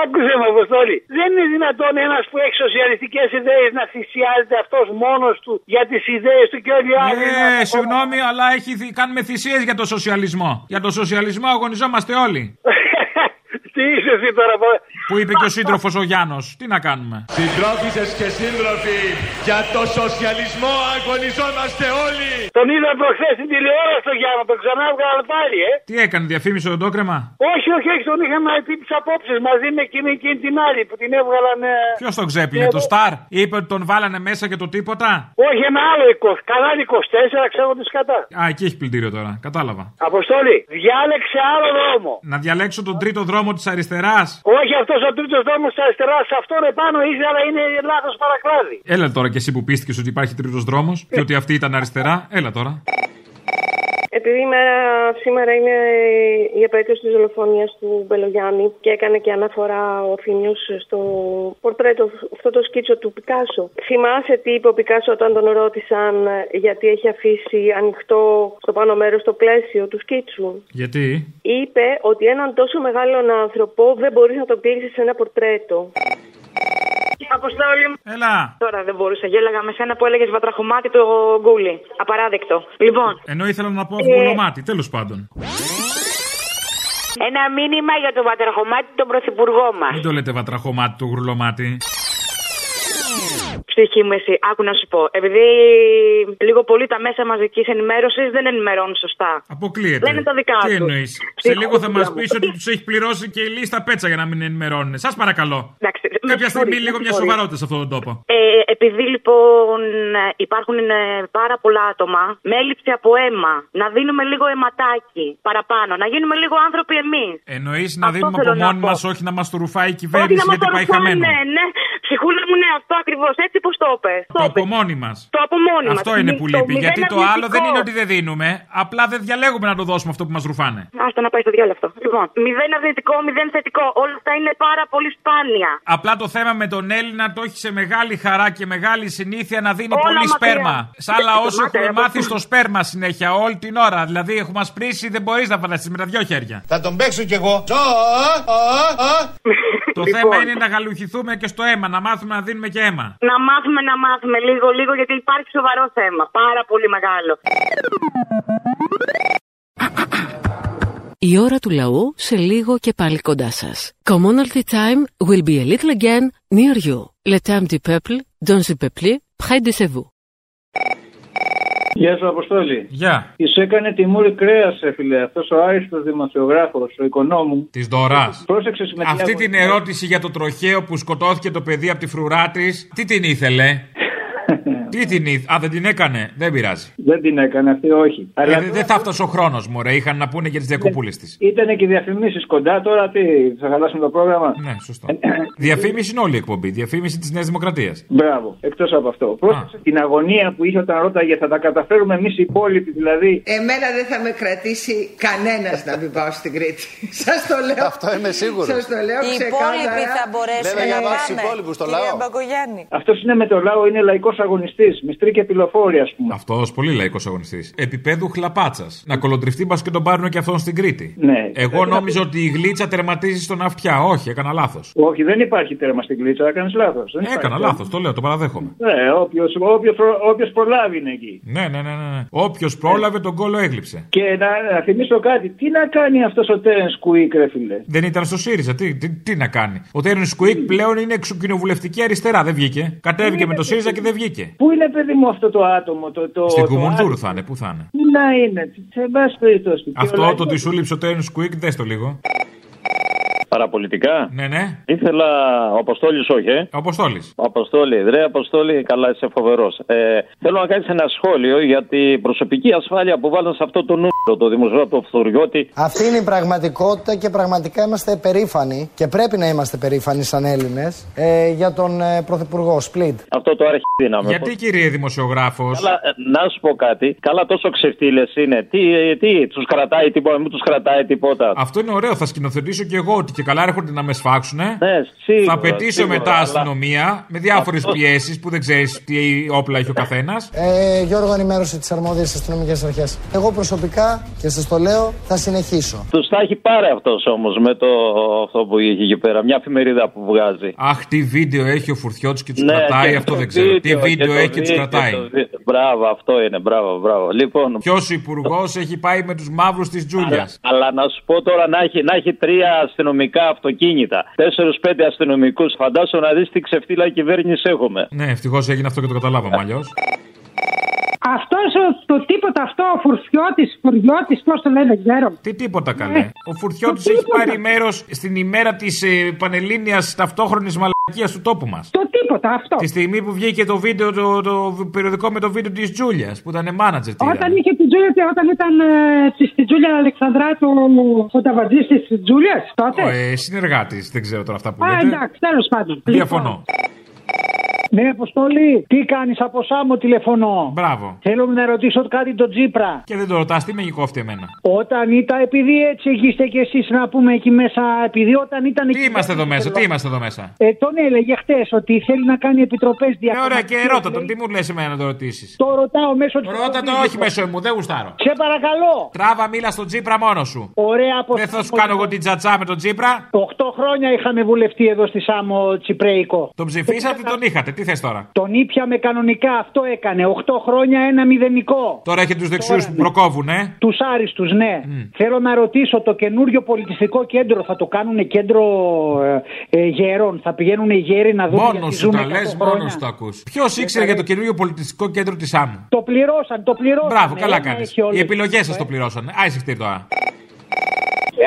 Speaker 11: Άκουσε με, Αποστόλη. Δεν είναι δυνατόν ένας που έχει σοσιαλιστικές ιδέες να θυσιάζεται αυτός μόνος του για τις ιδέες του και όλοι οι άλλοι.
Speaker 25: Ναι.
Speaker 2: Ε, συγγνώμη, αλλά έχει, θυ- κάνουμε θυσίες για το σοσιαλισμό. Για το σοσιαλισμό αγωνιζόμαστε όλοι.
Speaker 11: Τι είσαι εσύ τώρα,
Speaker 2: Που είπε και ο σύντροφος ο Γιάννος. Τι να κάνουμε.
Speaker 25: Συντρόφισσες και σύντροφοι, για το σοσιαλισμό αγωνιζόμαστε όλοι!
Speaker 11: Τον είδα προχθές στην τηλεόραση τον Γιάννο, τον ξανά βγάλα πάλι, ε.
Speaker 2: Τι έκανε, διαφήμισε το κρέμα.
Speaker 11: Όχι, όχι, όχι, τον είχαμε πει τι απόψει μαζί με εκείνη, εκείνη την άλλη που την έβγαλαν. ε,
Speaker 2: Ποιος τον ξέπλυνε,
Speaker 11: ε,
Speaker 2: το Σταρ. Είπε ότι τον βάλανε μέσα και το τίποτα.
Speaker 11: Όχι, ένα άλλο 20, κανάλι 24, ξέρω του κατά.
Speaker 2: Α, εκεί έχει πλυντήριο τώρα. Κατάλαβα.
Speaker 11: Αποστόλη, διάλεξε άλλο δρόμο.
Speaker 2: Να διαλέξω τον τρίτο δρόμο της αριστεράς.
Speaker 11: Όχι αυτό ο τρίτος δρόμος τη αριστερά, αυτόν επάνω είσαι, αλλά είναι λάθος παρακλάδι.
Speaker 2: Έλα τώρα κι εσύ που πίστηκες ότι υπάρχει τρίτος δρόμος
Speaker 11: Ε.
Speaker 2: και ότι αυτή ήταν αριστερά. Έλα τώρα.
Speaker 16: Επειδή η μέρα σήμερα είναι η επέτειος της δολοφονίας του Μπελογιάννη και έκανε και αναφορά ο Φινιούς στο πορτρέτο, αυτό το σκίτσο του Πικάσο. Θυμάσαι τι είπε ο Πικάσο όταν τον ρώτησαν γιατί έχει αφήσει ανοιχτό στο πάνω μέρος το πλαίσιο του σκίτσου.
Speaker 2: Γιατί.
Speaker 16: Είπε ότι έναν τόσο μεγάλον άνθρωπο δεν μπορείς να τον πλήρεις σε ένα πορτρέτο.
Speaker 12: Αποστόλη μου.
Speaker 2: Έλα.
Speaker 12: Τώρα δεν μπορούσα. Γέλαγα με σένα που έλεγες βατραχωμάτι το γκούλι. Απαράδεκτο. Λοιπόν,
Speaker 2: Ενώ ήθελα να πω
Speaker 12: Ε.
Speaker 2: αυγολομάτι, τέλος πάντων.
Speaker 12: ένα μήνυμα για τον βατραχωμάτι τον πρωθυπουργό μας.
Speaker 2: Μην το λέτε βατραχωμάτι του γουρλωμάτι.
Speaker 12: Ψυχή μου, εσύ, άκου να σου πω. Επειδή λίγο πολύ τα μέσα μαζικής ενημέρωσης δεν ενημερώνουν σωστά.
Speaker 2: Αποκλείεται.
Speaker 12: Λένε τα δικά
Speaker 2: Τι
Speaker 12: τους.
Speaker 2: εννοείς. Σε
Speaker 12: Ψυχούλα
Speaker 2: λίγο θα μα
Speaker 12: μου.
Speaker 2: πει ότι τους έχεις πληρώσει και η λίστα πέτσα για να μην ενημερώνουν. Σας παρακαλώ.
Speaker 12: Εντάξει, με
Speaker 2: Κάποια στιγμή
Speaker 12: συγχωρείς,
Speaker 2: λίγο
Speaker 12: με
Speaker 2: μια
Speaker 12: συγχωρείς.
Speaker 2: σοβαρότητα σε αυτόν τον τόπο.
Speaker 12: Ε, επειδή λοιπόν ε, υπάρχουν ε, πάρα πολλά άτομα με έλλειψη από αίμα, να δίνουμε λίγο αιματάκι παραπάνω, να γίνουμε λίγο άνθρωποι εμείς.
Speaker 2: Εννοείς να
Speaker 12: Αυτό
Speaker 2: δίνουμε
Speaker 12: θέλω
Speaker 2: από
Speaker 12: να
Speaker 2: μόνοι
Speaker 12: πω.
Speaker 2: μας, όχι να μας τουρουφάει η
Speaker 12: Όχι
Speaker 2: κυβέρνηση
Speaker 12: να μας
Speaker 2: γιατί πάει
Speaker 12: αρρωστάνε,
Speaker 2: χαμένο.
Speaker 12: Ναι, ναι. Ψυχούλα μου, ναι, αυτό ακριβώς. Έτσι πώ το είπε.
Speaker 2: Το από μόνοι μας.
Speaker 12: Το από μόνοι ναι, μας.
Speaker 2: Αυτό είναι που
Speaker 12: Το
Speaker 2: λείπει.
Speaker 12: μηδέν
Speaker 2: Γιατί το
Speaker 12: αρνητικό.
Speaker 2: άλλο δεν είναι ότι δεν δίνουμε. Απλά δεν διαλέγουμε να το δώσουμε αυτό που μας ρουφάνε.
Speaker 12: Άστα να πάει στο διάλογο αυτό. Λοιπόν, μηδέν αρνητικό, μηδέν θετικό. Όλα αυτά είναι πάρα πολύ σπάνια.
Speaker 2: Απλά το θέμα με τον Έλληνα το έχει σε μεγάλη χαρά και μεγάλη συνήθεια να δίνει
Speaker 12: Όλα
Speaker 2: πολύ
Speaker 12: μακριά.
Speaker 2: σπέρμα. Σαν λαό
Speaker 12: Μάτα,
Speaker 2: έχουμε
Speaker 12: ρε,
Speaker 15: ε,
Speaker 2: μάθει
Speaker 12: πώς-
Speaker 2: στο σπέρμα συνέχεια όλη την ώρα. Δηλαδή έχουμε ασπρίσει, δεν μπορείς να φανταστείς με τα δυο χέρια.
Speaker 25: Θα τον παίξω κι εγώ. Ζω, α, α, α.
Speaker 2: Το θέμα είναι να γαλουχηθούμε και στο αίμα, να μάθουμε να δίνουμε και αίμα.
Speaker 12: Να μάθουμε, να μάθουμε λίγο, λίγο, γιατί υπάρχει σοβαρό θέμα. Πάρα πολύ μεγάλο.
Speaker 5: Η ώρα του λαού σε λίγο και πάλι κοντά σας. Commonalty time will be a little again near you. Le temps du peuple, dans le peuple, près de chez vous.
Speaker 15: Γεια σου, Αποστόλη.
Speaker 2: Γεια.
Speaker 15: Τη έκανε τη μούρη κρέας, ε, φίλε. Αυτός ο άριστος δημοσιογράφος, ο οικονόμου.
Speaker 2: Της Δωράς.
Speaker 15: Πρόσεξε με τι ε.
Speaker 2: Αυτή την ερώτηση για το τροχαίο που σκοτώθηκε το παιδί από τη φρουρά της, τι την ήθελε. τι την ήθελε. Α, δεν την έκανε. Δεν πειράζει.
Speaker 15: Δεν την έκανε αυτή, όχι.
Speaker 2: Ε,
Speaker 15: Αλλά Ναι.
Speaker 2: δε- δεν θα φτάσει ο χρόνος, Μωρέ. Είχαν να πούνε για τις διακοπούλες της.
Speaker 15: ήταν και διαφημίσεις κοντά τώρα, τι, θα χαλάσουμε το πρόγραμμα. Ε,
Speaker 2: Ναι, σωστό. Διαφήμιση είναι όλη η εκπομπή. Διαφήμιση της Νέας Δημοκρατίας.
Speaker 15: Μπράβο, εκτός από αυτό. Πρόσεξε την αγωνία που είχε όταν ρώταγε, θα τα καταφέρουμε εμείς οι υπόλοιποι, δηλαδή.
Speaker 4: Εμένα δεν θα με κρατήσει κανένας να μην πάω στην Κρήτη. Σας το λέω.
Speaker 15: Αυτό είμαι σίγουρος.
Speaker 4: Σας το λέω
Speaker 15: Οι
Speaker 4: ξεκάθαρα.
Speaker 15: υπόλοιποι Λοιπόν, θα μπορέσουν Βέβαια, για να να βάλεις πάνε, τους υπόλοιπους στο κυρία λαό. Μπακογιάννη. Αυτός είναι με το λαό, είναι λαϊκός αγωνιστής. Μυστρή και πυλοφόρη, ας πούμε.
Speaker 2: Αυτός πολύ λαϊκός αγωνιστής. Επιπέδου χλαπάτσας. Να κολοτριφτεί μπα και τον πάρουν και αυτόν στην Κρήτη.
Speaker 15: Ναι.
Speaker 2: Εγώ νόμιζα ότι η γλίτσα τερματίζει στον αυτιά. Όχι, έκανα λάθος.
Speaker 15: Όχι, δεν υπάρχει τέρμα στην κλίτσα, έκανε λάθο.
Speaker 2: Έκανα λάθος, το λέω, το παραδέχομαι.
Speaker 15: ε. Ναι, όποιος, όποιος, προ- όποιος προλάβει είναι εκεί.
Speaker 2: Ναι, ναι, ναι. ναι. Όποιος πρόλαβε τον κόλλο έγλειψε.
Speaker 15: Και να, να θυμίσω κάτι, τι να κάνει αυτός ο Τέρεν Κουίκ, ρε φίλε.
Speaker 2: Δεν ήταν στο ΣΥΡΙΖΑ, τι, τι, τι να κάνει. Ο Τέρεν Σκουίκ πλέον είναι εξοκοινοβουλευτική αριστερά, δεν βγήκε. Κατέβηκε με το ΣΥΡΙΖΑ και δεν βγήκε.
Speaker 15: Πού Πού είναι παιδί μου αυτό το άτομο, το. το
Speaker 2: Στην
Speaker 15: το
Speaker 2: Κουμουνδούρου
Speaker 15: άτομο.
Speaker 2: θα είναι, πού θα είναι.
Speaker 15: Πού να είναι, σε μπας περιπτώσει. Και ο
Speaker 2: Αυτό
Speaker 15: λαϊκός-
Speaker 2: το ότι σου λείψε το Ένου Κουίκ, δες το λίγο.
Speaker 9: Παραπολιτικά.
Speaker 2: Ναι, ναι.
Speaker 9: Ήθελα. Ο Αποστόλης, όχι, ε.
Speaker 2: Αποστόλη.
Speaker 9: Αποστόλη, ρε Αποστόλη, καλά, είσαι φοβερός. Ε, θέλω να κάνεις ένα σχόλιο για την προσωπική ασφάλεια που βάλαν σε αυτό το νούμερο, το δημοσιογράφο του Φθουριώτη.
Speaker 20: Αυτή είναι η πραγματικότητα και πραγματικά είμαστε περήφανοι και πρέπει να είμαστε περήφανοι σαν Έλληνες για τον ε, Πρωθυπουργό Σπλίτ.
Speaker 9: Αυτό το αρχίδιναμε.
Speaker 2: Γιατί κύριε δημοσιογράφος.
Speaker 9: Καλά, ε, να σου πω κάτι. Καλά, τόσο ξεφτύλες είναι. Τι, ε, τι τους κρατάει τίποτα, μην τους κρατάει τίποτα.
Speaker 2: Αυτό είναι ωραίο, θα σκηνοθετήσω και εγώ ότι και καλά έρχονται να με σφάξουνε.
Speaker 9: Ναι, σίγουρα,
Speaker 2: θα απαιτήσω
Speaker 9: σίγουρα,
Speaker 2: μετά
Speaker 9: αλλά-
Speaker 2: αστυνομία με διάφορες
Speaker 9: Αυτό-
Speaker 2: πιέσεις που δεν ξέρεις τι όπλα έχει ο καθένας.
Speaker 20: Ε, Γιώργο, ενημέρωσε τις αρμόδιες αστυνομικές αρχές. Εγώ προσωπικά και σας το λέω, θα συνεχίσω.
Speaker 9: Τους τα έχει πάρει αυτός όμως με το αυτό που είχε εκεί πέρα. Μια εφημερίδα που βγάζει.
Speaker 2: Αχ, τι βίντεο έχει ο Φουρτιώτης και τους
Speaker 9: Ναι,
Speaker 2: κρατάει,
Speaker 9: και
Speaker 2: αυτό
Speaker 9: το
Speaker 2: δεν ξέρω. Τι
Speaker 9: και
Speaker 2: βίντεο
Speaker 9: το
Speaker 2: έχει και τους
Speaker 9: βίντεο,
Speaker 2: κρατάει.
Speaker 9: το βίντεο. Μπράβο, αυτό είναι. Μπράβο, μπράβο. Λοιπόν, ε,
Speaker 2: Ποιος υπουργός έχει πάει με τους μαύρους της Τζούλιας.
Speaker 9: αλλά να σου πω τώρα να έχει, να έχει τρία αστυνομικά αυτοκίνητα, τέσσερου-πέντε αστυνομικούς. Φαντάσου να δεις τι ξεφτύλα κυβέρνηση έχουμε.
Speaker 2: Ναι, ευτυχώς έγινε αυτό και το καταλάβαμε αλλιώς.
Speaker 38: Αυτός το τίποτα αυτό, ο φουρφιώτη, φουριώτη, πώς το λένε, Ε, δεν ξέρω.
Speaker 2: Τι τίποτα καλέ. Ο Φουρτιώτης έχει πάρει μέρος στην ημέρα ε, τη πανελλήνιας ταυτόχρονης μαλακίας του τόπου μας.
Speaker 38: Το τίποτα αυτό.
Speaker 2: Τη στιγμή που βγήκε το, βίντεο, το, το περιοδικό με το βίντεο της Τζούλιας που ήταν μάνατζερ. τη
Speaker 38: Όταν είχε την Τζούλια, και όταν ήταν ε, στη- στην Τζούλια Αλεξανδράτου ο ταβαντζής της Τζούλιας τότε.
Speaker 23: Ε,
Speaker 2: Συνεργάτης, Ε, δεν ξέρω τώρα αυτά που
Speaker 38: Α,
Speaker 2: λέτε.
Speaker 38: εντάξει, τέλος πάντων.
Speaker 23: λοιπόν.
Speaker 2: Διαφωνώ.
Speaker 23: Ναι, Αποστολή, τι κάνεις από Σάμο τηλεφωνώ.
Speaker 2: Μπράβο.
Speaker 23: Θέλω να ρωτήσω κάτι τον Τζίπρα.
Speaker 2: Και δεν το ρωτάς, τι με γυκόφτει εμένα.
Speaker 23: Όταν ήταν, επειδή έτσι είστε κι εσείς να πούμε εκεί μέσα, επειδή όταν ήταν.
Speaker 2: Τι είμαστε εδώ μέσα, τι είμαστε εδώ μέσα.
Speaker 23: Ε, τον έλεγε χτες ότι θέλει να κάνει επιτροπές
Speaker 2: Ε, ωραία,
Speaker 23: διακομματικές.
Speaker 2: και ρώτα τον, τι μου λες εμένα να το ρωτήσεις.
Speaker 23: Το ρωτάω μέσω της.
Speaker 2: Ρώτα τον, όχι μέσω μου, δεν γουστάρω.
Speaker 23: Σε παρακαλώ.
Speaker 2: Τράβα, μίλα στον Τζίπρα μόνος σου.
Speaker 23: Ωραία,
Speaker 2: Δεν θα σου κάνω εγώ την τσατσά με τον Τζίπρα.
Speaker 23: 8 χρόνια είχαμε βουλευτεί εδώ στη Σάμο Τσιπρέικο.
Speaker 2: Τον ψηφίσατε, τον είχατε. Τι θες τώρα.
Speaker 23: Τον ήπιαμε κανονικά, αυτό έκανε. 8 χρόνια ένα μηδενικό.
Speaker 2: Τώρα έχει τους δεξιούς
Speaker 23: ναι.
Speaker 2: που προκόβουν, ε.
Speaker 23: Τους άριστους, ναι. Θέλω να ρωτήσω, το καινούριο πολιτιστικό κέντρο θα το κάνουν κέντρο ε, ε, γερών. Θα πηγαίνουν οι γέροι να δουν.
Speaker 2: Μόνος
Speaker 23: γιατί
Speaker 2: σου τα
Speaker 23: ζούμε
Speaker 2: λες,
Speaker 23: 100
Speaker 2: μόνο
Speaker 23: χρόνια.
Speaker 2: σου τα ακούς. Ποιος ήξερε για το καινούριο πολιτιστικό κέντρο της άμμου.
Speaker 23: Το πληρώσαν, το πληρώσαν.
Speaker 2: Μπράβο, καλά
Speaker 23: Ένα
Speaker 2: κάνεις.
Speaker 23: έχει όλο.
Speaker 2: Οι επιλογές σας το πληρώσανε. Άισε χτύρ τώρα.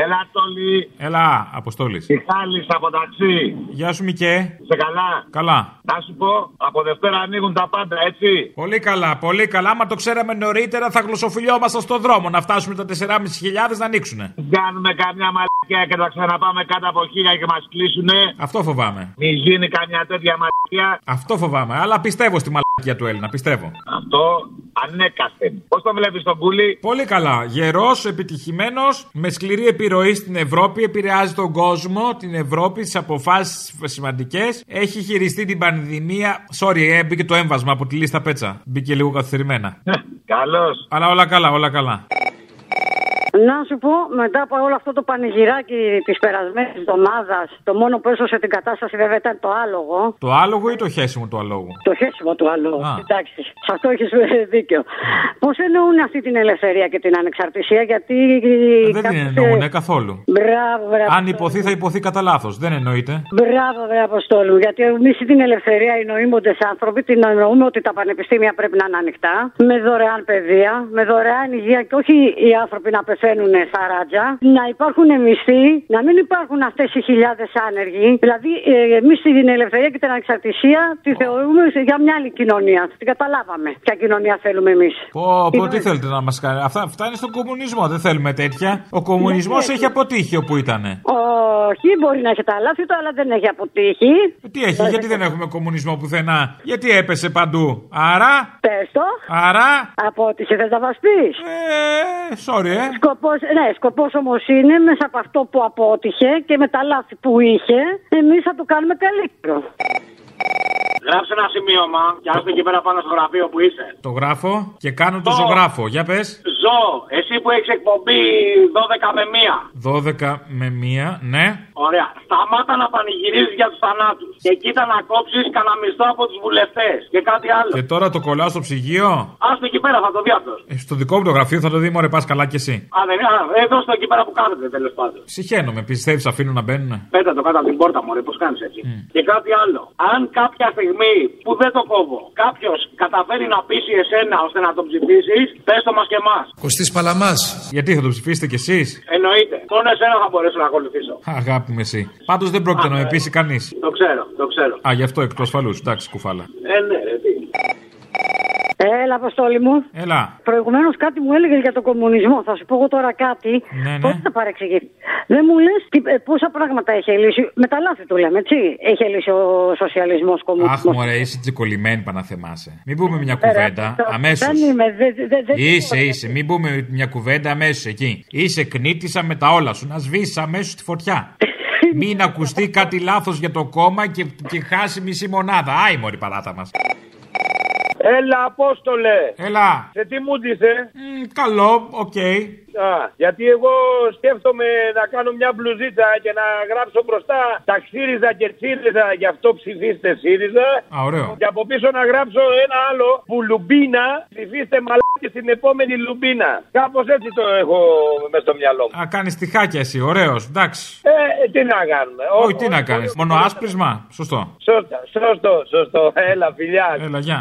Speaker 23: Έλα, Τόλι.
Speaker 2: Έλα, Αποστόλης.
Speaker 23: Μιχάλης από ταξί.
Speaker 2: Γεια σου, Μικέ.
Speaker 23: Σε καλά.
Speaker 2: Καλά.
Speaker 23: Να σου πω, από Δευτέρα ανοίγουν τα πάντα, έτσι.
Speaker 2: Πολύ καλά, πολύ καλά. Άμα το ξέραμε νωρίτερα, θα γλωσσοφιλιόμασταν στον δρόμο. Να φτάσουμε τα 4.500 να ανοίξουνε.
Speaker 23: Κάνουμε καμιά μαλακιά και θα ξαναπάμε κάτω από χίλια και μας κλείσουνε.
Speaker 2: Αυτό φοβάμαι.
Speaker 23: Μη γίνει καμιά τέτοια μαλακιά.
Speaker 2: Αυτό φοβάμαι. Αλλά πιστεύω στη μαλακία του Έλληνα, πιστεύω.
Speaker 23: Αυτό ανέκαθεν. Πώς το βλέπεις τον κούλι.
Speaker 2: Πολύ καλά. Γερός, επιτυχημένος, με σκληρή επιρροή στην Ευρώπη, επηρεάζει τον κόσμο, την Ευρώπη, τις αποφάσεις σημαντικές. Έχει χειριστεί την πανδημία. Sorry, ε, μπήκε το έμβασμα από τη λίστα πέτσα. Μπήκε λίγο καθυστερημένα.
Speaker 23: Ε, Καλώς.
Speaker 2: Αλλά όλα καλά, όλα καλά.
Speaker 24: Να σου πω, μετά από όλο αυτό το πανηγυράκι της περασμένης εβδομάδας, το μόνο που έσωσε την κατάσταση βέβαια ήταν το άλογο.
Speaker 2: Το άλογο ή το χέσιμο του αλόγου.
Speaker 24: Το χέσιμο του αλόγου.
Speaker 2: Α.
Speaker 24: Εντάξει, σε αυτό έχεις δίκιο. Πώς εννοούν αυτή την ελευθερία και την ανεξαρτησία, γιατί.
Speaker 2: Δεν την
Speaker 24: κάποιος, ε,
Speaker 2: εννοούνε καθόλου.
Speaker 24: Μπράβο, βρε.
Speaker 2: Αν υποθεί, θα υποθεί κατά λάθος. Δεν εννοείται.
Speaker 24: Μπράβο, βρε Αποστόλου. Γιατί εμείς την ελευθερία οι νοήμοντες άνθρωποι την εννοούμε ότι τα πανεπιστήμια πρέπει να είναι ανοιχτά, με δωρεάν παιδεία, με δωρεάν υγεία και όχι οι άνθρωποι να πεθαίνουν στα ράτζα, να υπάρχουν μισθοί, να μην υπάρχουν αυτές οι χιλιάδες άνεργοι. Δηλαδή, εμεί την ελευθερία και την ανεξαρτησία τη θεωρούμε σε- για μια άλλη κοινωνία. Την καταλάβαμε. Ποια κοινωνία θέλουμε εμείς.
Speaker 2: Πω, πω, τι θέλετε να μας κάνει. Αυτά, αυτά είναι στον κομμουνισμό. Δεν θέλουμε τέτοια. Ο κομμουνισμός
Speaker 6: Ναι,
Speaker 24: θέλει.
Speaker 2: έχει αποτύχει όπου ήταν.
Speaker 24: Όχι, μπορεί να έχει τα λάθη του, αλλά δεν έχει αποτύχει.
Speaker 2: Ε, Τι
Speaker 6: Ναι,
Speaker 2: έχει, γιατί δεν έχουμε κομμουνισμό πουθενά. Γιατί έπεσε παντού. Άρα.
Speaker 24: Πες το.
Speaker 2: Άρα.
Speaker 24: Απότυχε, θες να μας πεις.
Speaker 2: Ε, sorry, ε.
Speaker 24: Σκοπός, ναι, σκοπός όμως είναι μέσα από αυτό που απότυχε και με τα λάθη που είχε, εμείς θα το κάνουμε καλύτερο.
Speaker 23: Γράψε ένα σημείωμα και άστε εκεί πέρα πάνω στο γραφείο που είσαι.
Speaker 2: Το γράφω και κάνω το ζωγράφο. Για πες.
Speaker 23: Ζω, εσύ που έχεις εκπομπή 12 με 1.
Speaker 2: 12 με 1, ναι.
Speaker 6: Ωραία. Σταμάτα να πανηγυρίζεις για τους θανάτους. Και κοίτα να κόψει κανένα μισθό από τους βουλευτές και κάτι άλλο.
Speaker 2: Και τώρα το κολλάω στο ψυγείο.
Speaker 6: Άστο εκεί πέρα, θα το δει αυτός.
Speaker 2: Ε, στο δικό μου το γραφείο θα το δει, μωρέ, πας καλά κι εσύ.
Speaker 6: Α, δεν είναι. Α, ε, δώσ' το εκεί πέρα που κάθεται, τέλος πάντων.
Speaker 2: Συχαίνομαι, πιστεύεις αφήνω να μπαίνουν.
Speaker 6: Πέτα το κάτω από την πόρτα, μωρέ, πώς κάνεις έτσι. Και κάτι άλλο. Αν κάποια στιγμή που δεν το κόβω, κάποιος καταφέρει να πείσει εσένα ώστε να το ψηφίσεις, πες το μας και εμάς.
Speaker 2: Κωστής Παλαμάς. Γιατί θα το ψηφίσετε κι εσείς.
Speaker 6: Εννοείται. Μόνο εσένα θα μπορέσω να ακολουθήσω.
Speaker 2: Αγάπη με εσύ. Πάντως δεν πρόκειται να με πείσει κανείς.
Speaker 6: Το ξέρω, το ξέρω.
Speaker 2: Α, γι' αυτό εκ του ασφαλού. Εντάξει, κουφάλα.
Speaker 6: Ε, ναι, ρε, τι.
Speaker 24: Έλα, Αποστόλη μου.
Speaker 2: Έλα.
Speaker 24: Προηγουμένως κάτι μου έλεγες για τον κομμουνισμό. Θα σου πω εγώ τώρα κάτι.
Speaker 2: Ναι, ναι.
Speaker 24: Πώς θα παρεξηγεί. Δεν μου λες πόσα πράγματα έχει λύσει. Με τα λάθη του λέμε, έτσι. Έχει λύσει ο σοσιαλισμός
Speaker 2: Αχ,
Speaker 24: κομμουνισμό.
Speaker 2: μωρέ, είσαι τσικολημένη παναθεμάσαι. Μην πούμε μια κουβέντα αμέσως.
Speaker 24: Δεν είμαι. δεν- δεν- δεν-
Speaker 2: Είσαι, είσαι. Μην πούμε μια κουβέντα αμέσως εκεί. Είσαι κνήτησα με τα όλα σου. Να σβήσεις αμέσως τη φωτιά. Μην ακουστεί κάτι λάθος για το κόμμα και, και χάσει μισή μονάδα. Άι, μωρή παράτα μας.
Speaker 15: Έλα, Απόστολε!
Speaker 2: Έλα!
Speaker 15: Σε τι μου ντύσε?
Speaker 2: καλό, οκ.
Speaker 15: Α, γιατί εγώ σκέφτομαι να κάνω μια μπλουζίτσα και να γράψω μπροστά τα ξύριζα και τσίριζα, γι' αυτό ψηφίστε ΣΥΡΙΖΑ.
Speaker 2: Α, ωραίο.
Speaker 15: Και από πίσω να γράψω ένα άλλο που λουμπίνα, ψηφίστε μαλάκι στην επόμενη λουμπίνα. Κάπως έτσι το έχω μέσα στο μυαλό μου.
Speaker 2: Α, κάνεις τυχάκια εσύ, ωραίος, εντάξει.
Speaker 15: Ε, τι να κάνουμε.
Speaker 2: Όχι, τι να κάνει. Μόνο άσπρισμα. Σωστό.
Speaker 15: Σωστό, σωστό, σωστό. Έλα, φιλιά.
Speaker 2: Έλα, γεια.